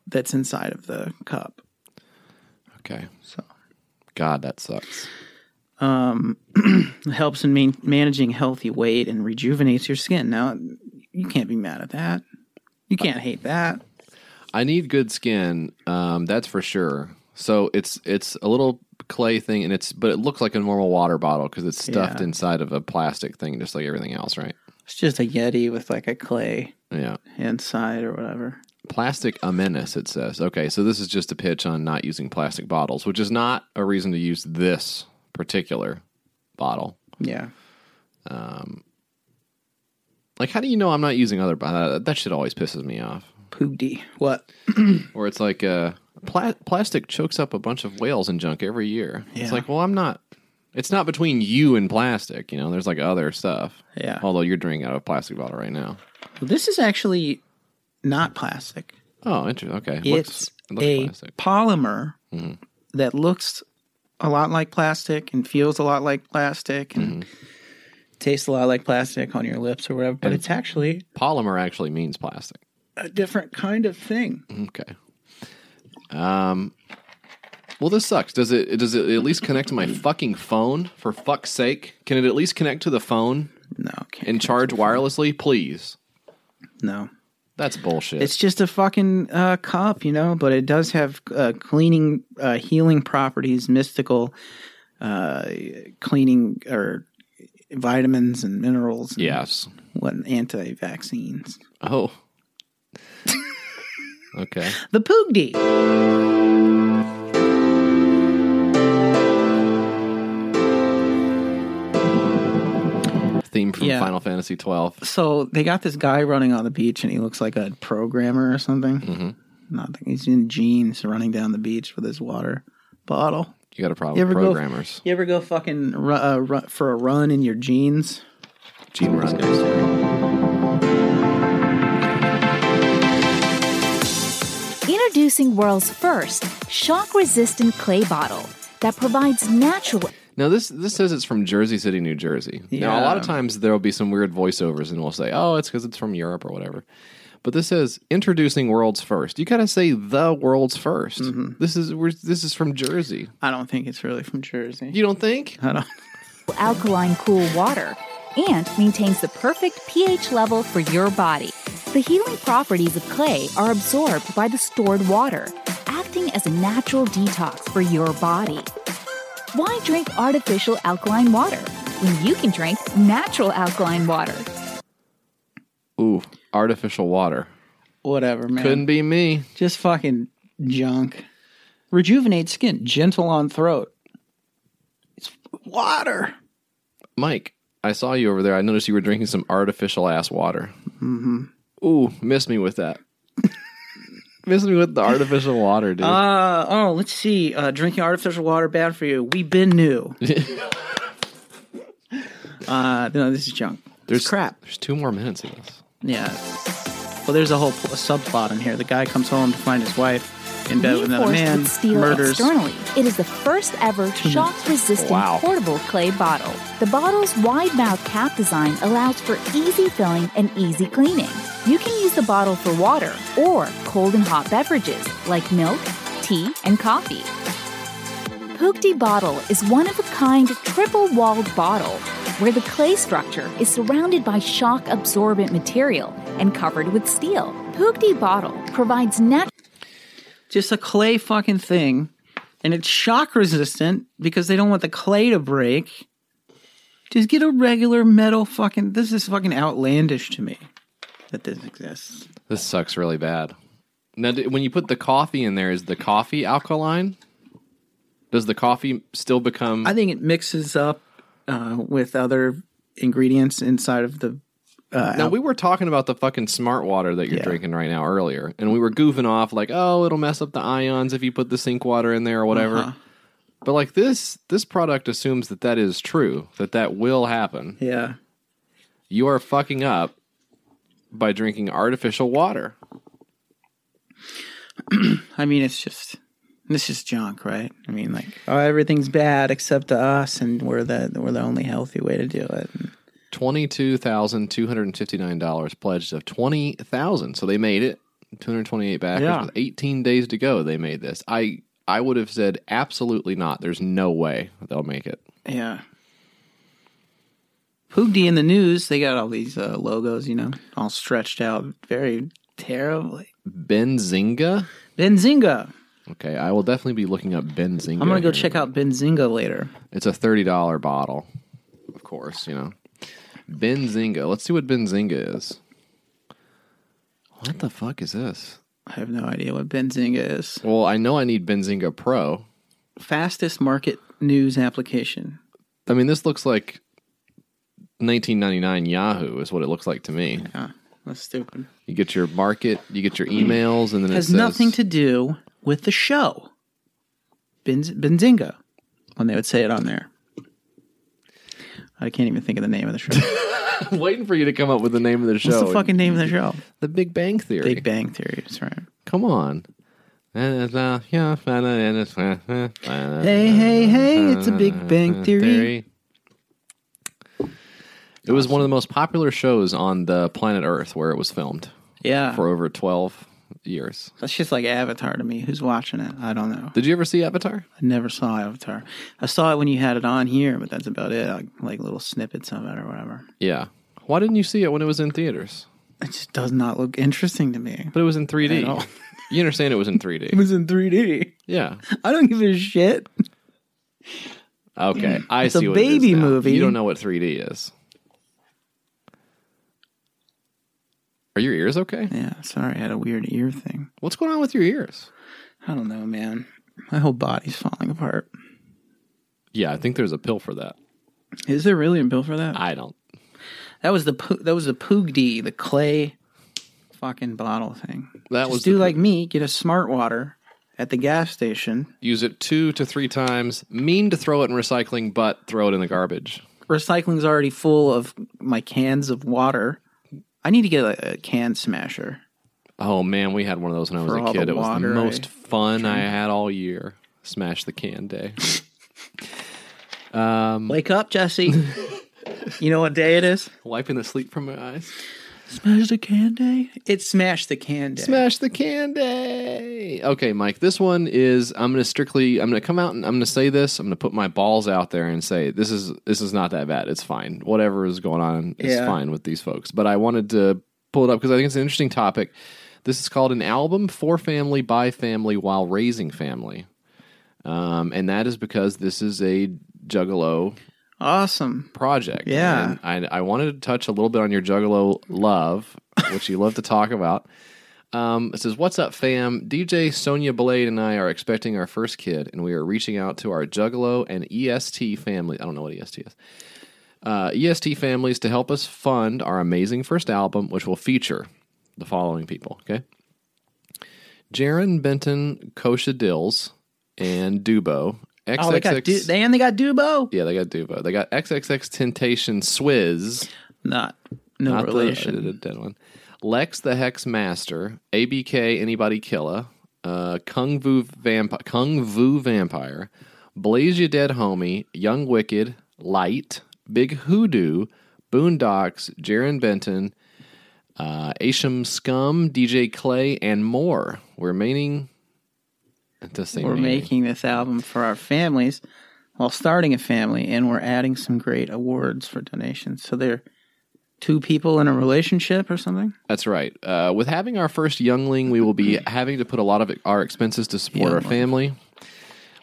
that's inside of the cup. Okay. So, God, that sucks. um, it helps in man- managing healthy weight and rejuvenates your skin. Now, you can't be mad at that. You can't hate that. I need good skin. Um, that's for sure. So it's it's a little clay thing, and it's but it looks like a normal water bottle because it's stuffed Yeah. inside of a plastic thing, just like everything else, right? It's just a Yeti with like a clay Yeah. inside or whatever. Plastic a menace, it says. Okay, so this is just a pitch on not using plastic bottles, which is not a reason to use this particular bottle. Yeah. Um, like, how do you know I'm not using other bottles? That, that shit always pisses me off. Poogdy. What? Or it's like uh, pla- plastic chokes up a bunch of whales and junk every year. It's Yeah. like, well, I'm not. It's not between you and plastic, you know. There's like other stuff. Yeah. Although you're drinking out of a plastic bottle right now. This is actually not plastic. Oh, interesting. Okay. It's it looks a plastic. Mm-hmm. polymer that looks a lot like plastic and feels a lot like plastic and tastes a lot like plastic on your lips or whatever. But Mm-hmm. And it's actually Polymer actually means plastic. a different kind of thing. Okay. Um. Well, this sucks. Does it? Does it at least connect to my fucking phone? For fuck's sake, can it at least connect to the phone? No. and charge wirelessly, please. No. That's bullshit. It's just a fucking uh, cup, you know, but it does have uh, cleaning, uh, healing properties, mystical uh, cleaning or vitamins and minerals. And Yes. What anti vaccines. oh. okay. The Poogdy. Theme from Yeah. Final Fantasy twelve. So they got this guy running on the beach and he looks like a programmer or something. Mm-hmm. Not that he's in jeans running down the beach with his water bottle. You got a problem You with ever go- programmers. You ever go fucking ru- uh, ru- for a run in your jeans? Gene Introducing world's first shock resistant clay bottle that provides natural Now this this says it's from Jersey City, New Jersey. Now a lot of Yeah. times there'll be some weird voiceovers, and we'll say, "Oh, it's because it's from Europe or whatever." But this says introducing world's first. You gotta say the world's 1st This is we're, this is from Jersey. I don't think it's really from Jersey. You don't think? I don't. alkaline cool water and maintains the perfect pH level for your body. The healing properties of clay are absorbed by the stored water, acting as a natural detox for your body. Why drink artificial alkaline water when you can drink natural alkaline water? Ooh, artificial water. Whatever, man. Couldn't be me. Just fucking junk. Rejuvenate skin, gentle on throat. It's water. Mike, I saw you over there. I noticed you were drinking some artificial ass water. Mm-hmm. Ooh, miss me with that. miss me with the artificial water, dude. Uh oh, let's see. Uh, drinking artificial water bad for you. We've been new. uh, no, this is junk. There's crap. There's two more minutes of this. Yeah. Well, there's a whole pl- subplot in here. The guy comes home to find his wife in bed with another Reinforced man, with steel murders. externally. It is the first ever shock resistant Wow. portable clay bottle. The bottle's wide mouth cap design allows for easy filling and easy cleaning. You can use the bottle for water or cold and hot beverages like milk, tea, and coffee. Pukti bottle is one of a kind triple walled bottle where the clay structure is surrounded by shock absorbent material and covered with steel. Pukti bottle provides natural. Just a clay fucking thing, and it's shock resistant because they don't want the clay to break. Just get a regular metal fucking. This is fucking outlandish to me that this exists. This sucks really bad. Now, d- when you put the coffee in there, is the coffee alkaline? Does the coffee still become? I think it mixes up uh, with other ingredients inside of the. Uh, now we were talking about the fucking smart water that you're drinking right now earlier, and we were goofing off like, oh, it'll mess up the ions if you put the sink water in there or whatever. Uh-huh. But like this, this product assumes that that is true, that that will happen. Yeah. You are fucking up by drinking artificial water. I mean, it's just this is junk, right? I mean, like, oh, everything's bad except to us, and we're the we're the only healthy way to do it. Twenty-two thousand two hundred and fifty-nine dollars pledged of twenty thousand, so they made it. Two hundred twenty-eight backers Yeah. with eighteen days to go. They made this. I I would have said absolutely not. There's no way they'll make it. Yeah. Poogdi in the news, they got all these uh, logos, you know, all stretched out very terribly. Benzinga. Benzinga. Okay, I will definitely be looking up Benzinga. I'm gonna go here. check out Benzinga later. It's a thirty dollar bottle, of course. You know, Benzinga. Let's see what Benzinga is. What the fuck is this? I have no idea what Benzinga is. Well, I know I need Benzinga Pro. Fastest market news application. I mean, this looks like 1999 Yahoo is what it looks like to me. That's stupid. You get your market, you get your emails, and then Has it says, nothing to do with the show. Benz- Benzinga, when they would say it on there. I can't even think of the name of the show. I'm waiting for you to come up with the name of the show. What's the fucking name of the show? The Big Bang Theory. Big Bang Theory. That's right. Come on. And it's, uh, yeah, and it's, uh, uh, uh, Hey, hey, hey, it's a Big uh, Bang uh, Theory. It was one of the most popular shows on the planet Earth where it was filmed Yeah. for over 12 years. That's just like Avatar to me. Who's watching it? I don't know. Did you ever see Avatar? I never saw Avatar. I saw it when you had it on here, but that's about it. Like, like little snippets of it or whatever. Yeah. Why didn't you see it when it was in theaters? It just does not look interesting to me. But it was in At 3D. all. You understand it was in It 3D. was in 3D. Yeah. I don't give a shit. Okay. I Mm. It's a see what it is baby now. movie. You don't know what 3D is. Are your ears okay? Yeah, sorry, I had a weird ear thing. What's going on with your ears? I don't know, man. My whole body's falling apart. Yeah, I think there's a pill for that. Is there really a bill for that? I don't. That was the poo- that was the Poogdi, the clay fucking bottle thing. That Just was do the- like me, get a smart water at the gas station, Use it two to three times. Mean to throw it in recycling, but throw it in the garbage. recycling's already full of my cans of water. I need to get a, a can smasher. Oh man, we had one of those when I was For a all kid. the It was the water most I fun I had all year. Smash the can day. um, Wake up, Jesse. you know what day it is? wiping the sleep from my eyes. Smash the candy. It smashed the candy. Smash the candy. Okay, Mike, this one is I'm going to strictly I'm going to come out and I'm going to say this. I'm going to put my balls out there and say this is this is not that bad. It's fine. Whatever is going on is Yeah. fine with these folks. But I wanted to pull it up because I think it's an interesting topic. This is called an album for family by family while raising family. Um, and that is because this is a Juggalo awesome project. Yeah. And I, I wanted to touch a little bit on your Juggalo love, which you love to talk about. Um, it says, What's up, fam? DJ Sonia Blade and I are expecting our first kid, and we are reaching out to our Juggalo and EST family. I don't know what EST is. Uh, EST families to help us fund our amazing first album, which will feature the following people. Okay. Jaron Benton, Kosha Dills, and Dubo. Oh, they got du- and they got Dubo. Yeah, they got Dubo. They got XXX Temptation Swizz. Not no the- relation. uh, The, dead one. Lex the Hex Master, ABK Anybody Killer, uh, Kung Vu Vampire, Kung Vu Vampire, Blaze Your Dead Homie, Young Wicked, Light, Big Hoodoo, Boondocks, Jaron Benton, uh, Asham Scum, DJ Clay, and more. We're remaining. It does say We're remaining. making this album for our families while starting a family, and we're adding some great awards for donations. So they're two people in a relationship or something. That's right. Uh, with having our first youngling, we will be having to put a lot of our expenses to support our family.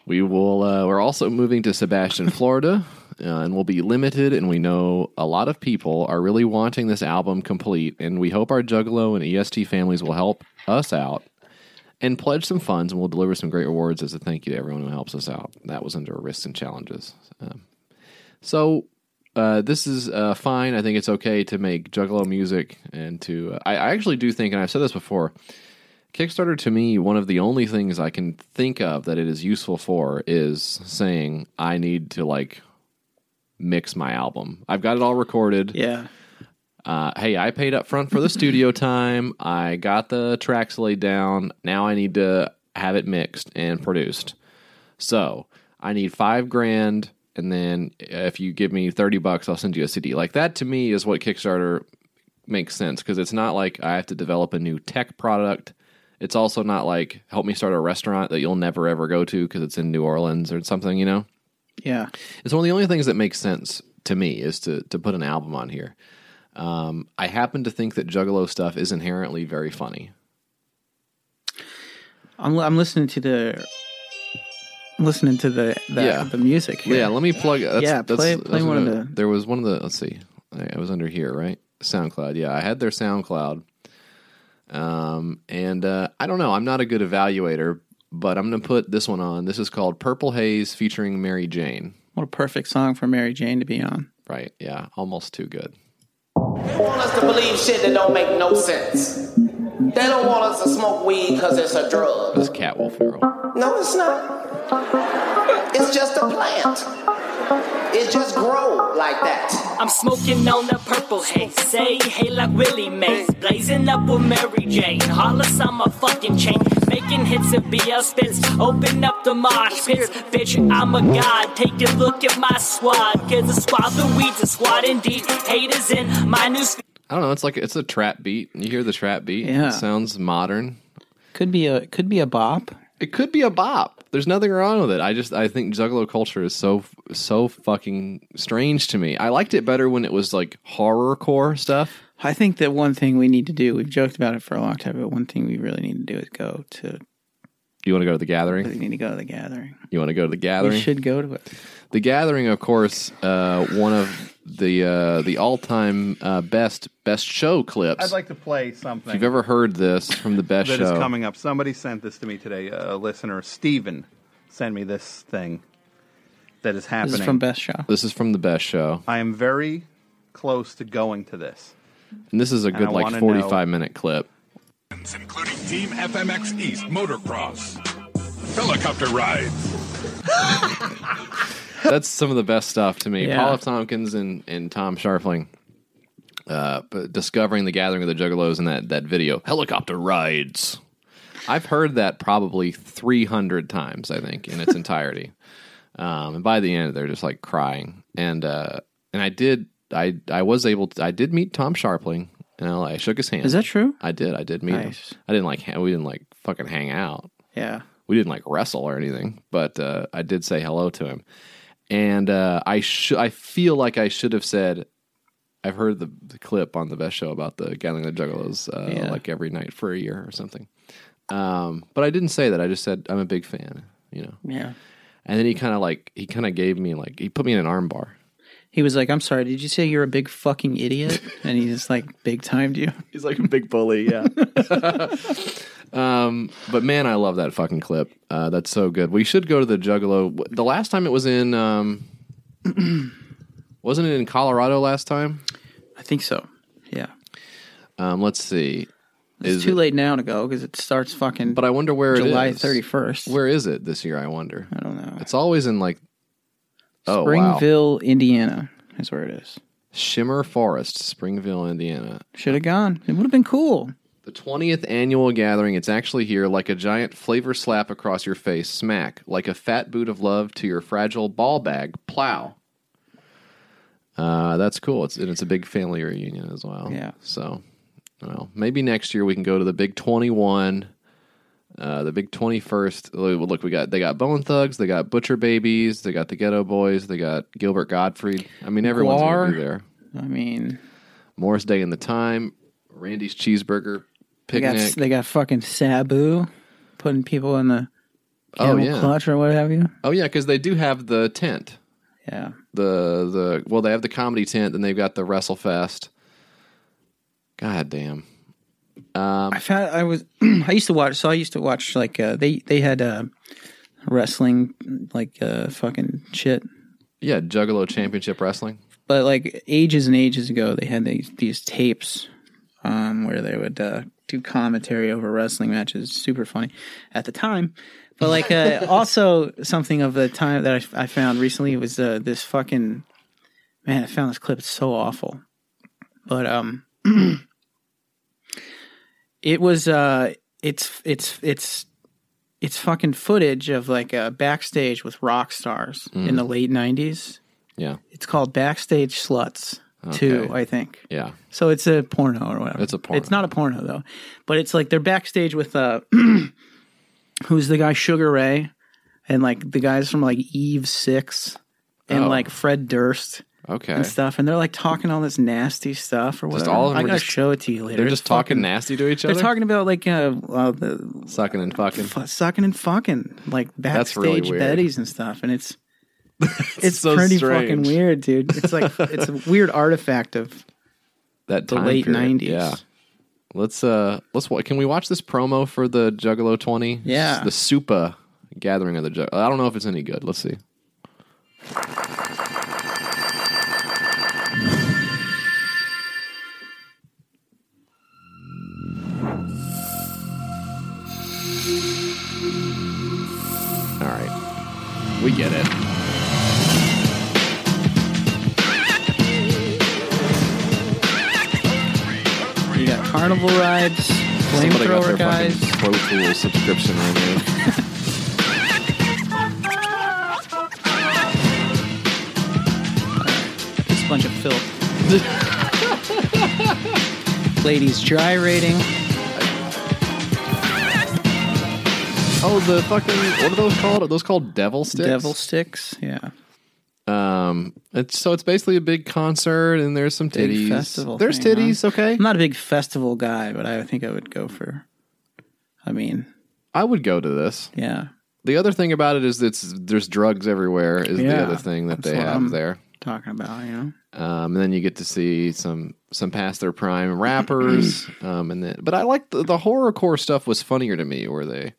We will. Uh, we're also moving to Sebastian, Florida, uh, and we'll be limited. And we know a lot of people are really wanting this album complete, and we hope our Juggalo and EST families will help us out and pledge some funds, and we'll deliver some great rewards as a thank you to everyone who helps us out. That was under risks and challenges. Um, so uh, this is uh, fine. I think it's okay to make Juggalo music and to. uh, I, I actually do think, and I've said this before, Kickstarter to me, one of the only things I can think of that it is useful for is saying I need to like mix my album. I've got it all recorded. Yeah. Uh, hey, I paid up front for the studio time. I got the tracks laid down. Now I need to have it mixed and produced. So I need five grand, and then if you give me thirty bucks, I'll send you a CD. Like that to me is what Kickstarter makes sense because it's not like I have to develop a new tech product. It's also not like help me start a restaurant that you'll never ever go to because it's in New Orleans or something. You know, Yeah. it's one of the only things that makes sense to me is to to put an album on here. Um, I happen to think that Juggalo stuff is inherently very funny. I'm I'm listening to the listening to the the, Yeah. the music. Here. Yeah, let me plug. uh, That's, yeah, that's- play that's play one of what I- the. There was one of the. Let's see. I, I was under here, right? SoundCloud. Yeah, I had their SoundCloud. Um, and uh, I don't know. I'm not a good evaluator, but I'm going to put this one on. This is called Purple Haze featuring Mary Jane. What a perfect song for Mary Jane to be on. Right? Yeah, almost too good. want us to believe shit that don't make no sense. They don't want us to smoke weed because it's a drug. This cat will feral. No, it's not. It's just a plant. It just grows like that. I'm smoking on the purple haze. Say hey like Willie Mays. Blazing up with Mary Jane. Hollis on my fucking chain. Making hits of BL spits. Open up the mosh pits. Bitch, I'm a god. Take a look at my squad. Cause the squad, the weed's a squad indeed. Haters in my new sp- I don't know. It's like it's a trap beat. You hear the trap beat? Yeah. It sounds modern. Could be a could be a bop. It could be a bop. There's nothing wrong with it. I just I think Juggalo culture is so so fucking strange to me. I liked it better when it was like horrorcore stuff. I think that one thing we need to do. We've joked about it for a long time, but one thing we really need to do is go to. You want to go to the We gathering? need to go to the gathering. You want to go to the gathering? We should go to it. The Gathering, of course, uh, one of the uh, the all time uh, best best show clips. I'd like to play something. if you've ever heard this from the best that show, is coming up. Somebody sent this to me today. A listener, Steven, sent me this thing that is happening. show. This is from the best show, I am very close to going to this. and this is a And good I like wanna forty know- five minute clip. including Team FMX East motocross, helicopter rides, That's some of the best stuff to me. Yeah. Paul F. Tompkins and, and Tom Sharfling uh, but discovering the gathering of the Juggalos in that, that video. Helicopter rides. I've heard that probably 300 times, I think, in its entirety. um, and by the end, they're just like crying. And uh, and I did, I, I was able to, I did meet Tom Sharpling in L.A. Shook his hand. Is that true? I did. I did meet Nice. him. I didn't like. ha- We didn't like fucking hang out. Yeah. We didn't like wrestle or anything, but uh, I did say hello to him, and uh, I sh- I feel like I should have said. I've heard the, the clip on the best show about the Gathering of the Juggalos, uh, Yeah. like every night for a year or something. Um, but I didn't say that. I just said I'm a big fan. You know. Yeah. And then he kind of like he kind of gave me like he put me in an arm bar. He was like, I'm sorry, did you say you're a big fucking idiot? And he just like big timed you. He's like a big bully, yeah. Um, but man, I love that fucking clip. Uh, that's so good. We should go to the Juggalo. The last time it was in, um, wasn't it in Colorado last time? I think so. Yeah. Um, let's see. It's Is too it- late now to go because it starts fucking. But I wonder where it July is. 31st. Where is it this year? I wonder. I don't know. It's always in like oh, wow. Springville, Indiana is where it is. Shimmer Forest, Springville, Indiana. Should have gone. It would have been cool. The 20th annual gathering. It's actually here like a giant flavor slap across your face, smack, like a fat boot of love to your fragile ball bag, plow. Uh, that's cool. It's and it's a big family reunion as well. Yeah. So, well, maybe next year we can go to the big 21 uh, the big 21st look look, we got they got bone thugs they got butcher babies they got the ghetto boys they got gilbert gottfried i mean everyone's gonna Guar. be there I mean, morris day in the time randy's cheeseburger they got, picnic they got fucking Sabu putting people in the Oh, camel yeah. clutch or what have you. Oh yeah, because they do have the tent. Yeah. The the well, they have the comedy tent, and they've got the WrestleFest. God damn. Um, I found I was I used to watch so I used to watch like uh, they they had uh, wrestling like uh, fucking shit, Yeah, Juggalo Championship Wrestling. but like ages and ages ago they had these these tapes um, where they would uh, do commentary over wrestling matches. Super funny at the time, but like uh, also something of the time that I, I found recently was uh, this fucking man. I found this clip. It's so awful, but um. it was uh it's it's it's it's fucking footage of like a backstage with rock stars Mm. in the late 90s Yeah, it's called backstage sluts too Okay. i think yeah. so it's a porno or whatever It's a porno. it's not a porno though but it's like they're backstage with uh who's the guy sugar ray and like the guys from like eve six and Oh. like fred durst Okay. and stuff and they're like talking all this nasty stuff or whatever Just all of them i are gotta just- show it to you later They're It's just talking fucking- nasty to each they're other. talking about like uh, uh the sucking and fucking. fu- sucking and fucking like That's really backstage weird. betties and stuff and it's it's, so pretty fucking strange. weird dude it's like it's a weird artifact of that the time late period. 90s. Yeah. Let's uh let's wa- can we watch this promo for the Juggalo 20? Yeah. The Supa gathering of the Jug. I don't know if it's any good. Let's see. All right. We get it. you got carnival rides Somebody got flamethrower their guys fucking Pro Tools subscription removed. just a bunch of filth ladies gyrating oh, the fucking what are those called? Are those called devil sticks? devil sticks yeah Um, it's, so it's basically a big concert, and there's some Big titties. festival there's thing, huh? titties. Okay, i'm not a big festival guy but i think i would go for i mean I would go to this. yeah The other thing about it is it's there's drugs everywhere. Is the Yeah, other thing that that's they what have I'm- there. talking about you know Um, and then you get to see some some past their prime rappers. um, and then, but I like the, the horrorcore stuff was funnier to me, where they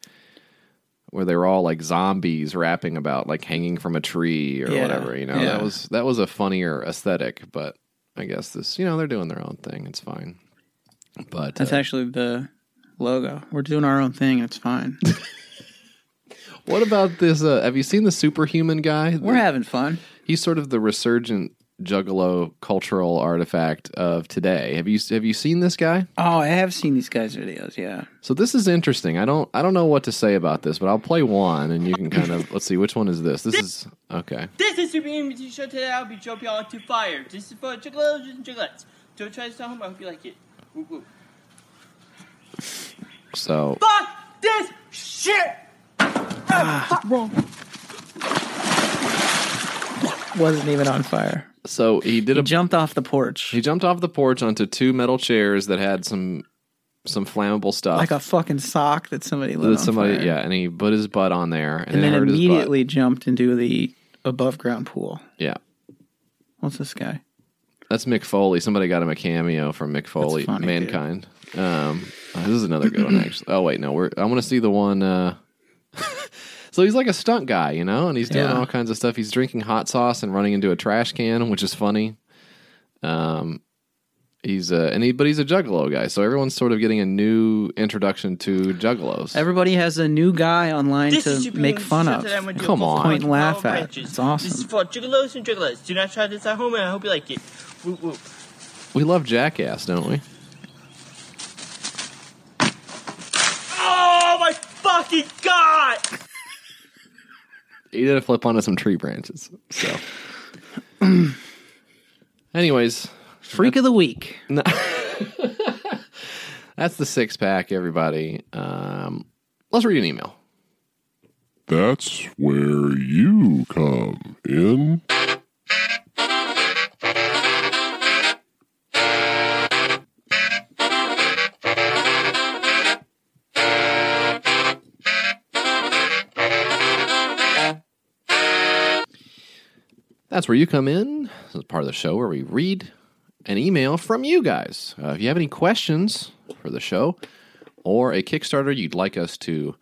where they were all like zombies rapping about like hanging from a tree or Yeah, whatever. You know, yeah. that was that was a funnier aesthetic. But I guess this, you know, they're doing their own thing. It's fine. But That's uh, actually the logo. We're doing our own thing. It's fine. What about this? Uh, have you seen the superhuman guy? We're having fun. He's sort of the resurgent juggalo cultural artifact of today. Have you have you seen this guy? Oh, I have seen these guys' videos. Yeah. So this is interesting. I don't I don't know what to say about this, but I'll play one and you can kind of let's see which one is this. This is okay. This is Super Immunity Show. Today I'll be jumping onto fire. This is for chocolates and chocolates. Don't try this at home. I hope you like it. So Fuck this shit! Wasn't even on fire. So he did. He jumped off the porch. He jumped off the porch onto two metal chairs that had some some flammable stuff. Like a fucking sock that somebody lit that on somebody, fire. yeah, and he put his butt on there, and, And, it then hurt his butt. immediately jumped into the above ground pool. yeah. What's this guy? That's Mick Foley. Somebody got him a cameo from Mick Foley, funny, Mankind. Um, this is another good one, actually. Oh wait, no, we're I want to see the one. Uh, so he's like a stunt guy, you know, and he's doing Yeah. all kinds of stuff. He's drinking hot sauce and running into a trash can, which is funny. Um, he's a and he, but he's a Juggalo guy, so everyone's sort of getting a new introduction to Juggalos. Everybody has a new guy online This to should be make fun instructed of. and when you Come on. also find Point and laugh flower at. branches. It's awesome. Oh, This is for juggalos and juggalos. Do not try this at home, and I hope you like it. Woo, woo. We love Jackass, don't we? Oh my fucking god! He did a flip onto some tree branches. So, anyways, freak of the week. that's the six pack, everybody. Um, let's read an email. That's where you come in. That's where you come in. This is part of the show where we read an email from you guys. Uh, if you have any questions for the show or a Kickstarter you'd like us to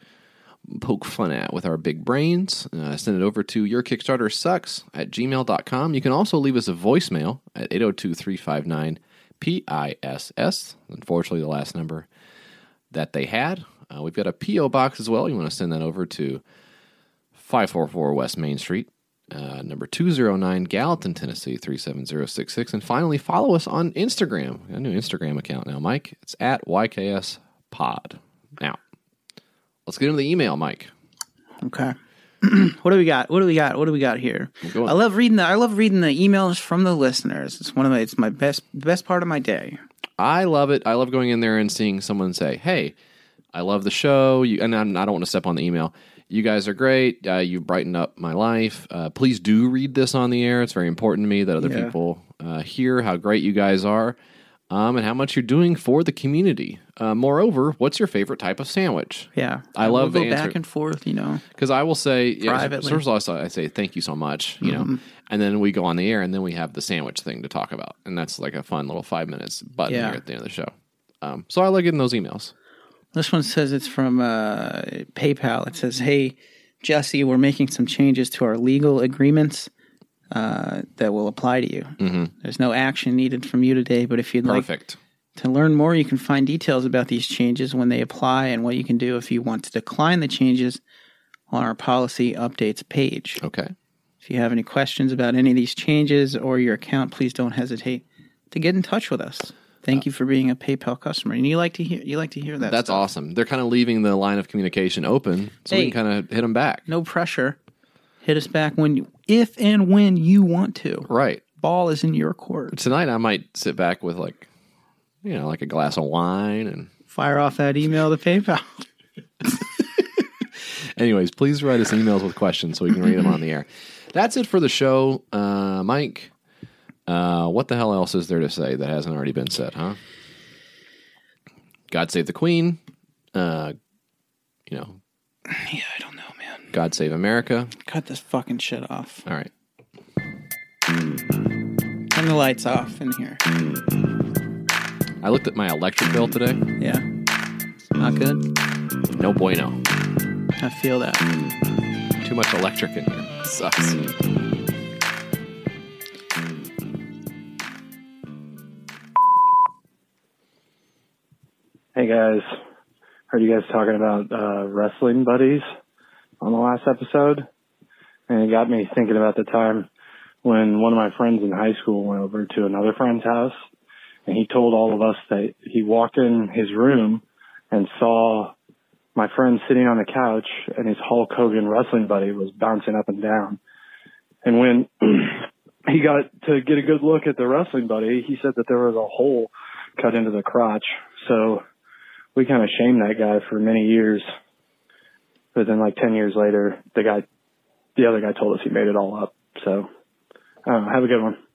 poke fun at with our big brains, uh, send it over to your Kickstarter sucks at gmail.com. You can also leave us a voicemail at 802 359 PISS. Unfortunately, the last number that they had. Uh, we've got a P.O. box as well. You want to send that over to 544 West Main Street, uh, number 209, Gallatin, Tennessee, 37066. And finally, follow us on Instagram. We got a new Instagram account now, Mike. It's at YKS Pod. Now, let's get into the email, Mike. Okay. what do we got? What do we got? What do we got here? on. I love reading the I love reading the emails from the listeners. It's one of my it's my best best part of my day. I love it. I love going in there and seeing someone say, "Hey, I love the show." You, and I'm, I don't want to step on the email. You guys are great. Uh, you brighten up my life. Uh, please do read this on the air. It's very important to me that other Yeah. people uh, hear how great you guys are um, and how much you're doing for the community. Uh, moreover, what's your favorite type of sandwich? Yeah. I love we'll the go answer. back and forth, you know. Because I will say, yeah, Privately. first of all, I say thank you so much, you know, Mhm. and then we go on the air, and then we have the sandwich thing to talk about, and that's like a fun little five minutes button Yeah. here at the end of the show. Um, so I like getting those emails. This one says it's from uh, PayPal. It says, "Hey, Jesse, we're making some changes to our legal agreements uh, that will apply to you. There's no action needed from you today, but if you'd Mm-hmm. Perfect. like to learn more, you can find details about these changes when they apply and what you can do if you want to decline the changes on our policy updates page. Okay. If you have any questions about any of these changes or your account, please don't hesitate to get in touch with us. Thank you for being a PayPal customer, and you like to hear you like to hear that. Uh, that's awesome. They're kind of leaving the line of communication open, so we Hey. can kind of hit them back. no pressure. Hit us back when you, if and when you want to. Right. Ball is in your court. Tonight, I might sit back with like, you know, like a glass of wine, and Fire off that email to PayPal. anyways, please write us emails with questions so we can read them on the air. That's it for the show, uh, Mike. Uh, what the hell else is there to say that hasn't already been said, huh? God save the Queen. Uh, you know. Yeah, I don't know, man. God save America. Cut this fucking shit off. All right. Turn the lights off in here. I looked at my electric bill today. Yeah. Not good. No bueno. I feel that. Too much electric in here. Sucks. Hey guys, heard you guys talking about uh, wrestling buddies on the last episode, and it got me thinking about the time when one of my friends in high school went over to another friend's house, and he told all of us that he walked in his room and saw my friend sitting on the couch, and his Hulk Hogan wrestling buddy was bouncing up and down. And when he got to get a good look at the wrestling buddy, he said that there was a hole cut into the crotch. So we kind of shamed that guy for many years. But then like 10 years later, the guy, the other guy told us he made it all up. So I don't know. Have a good one.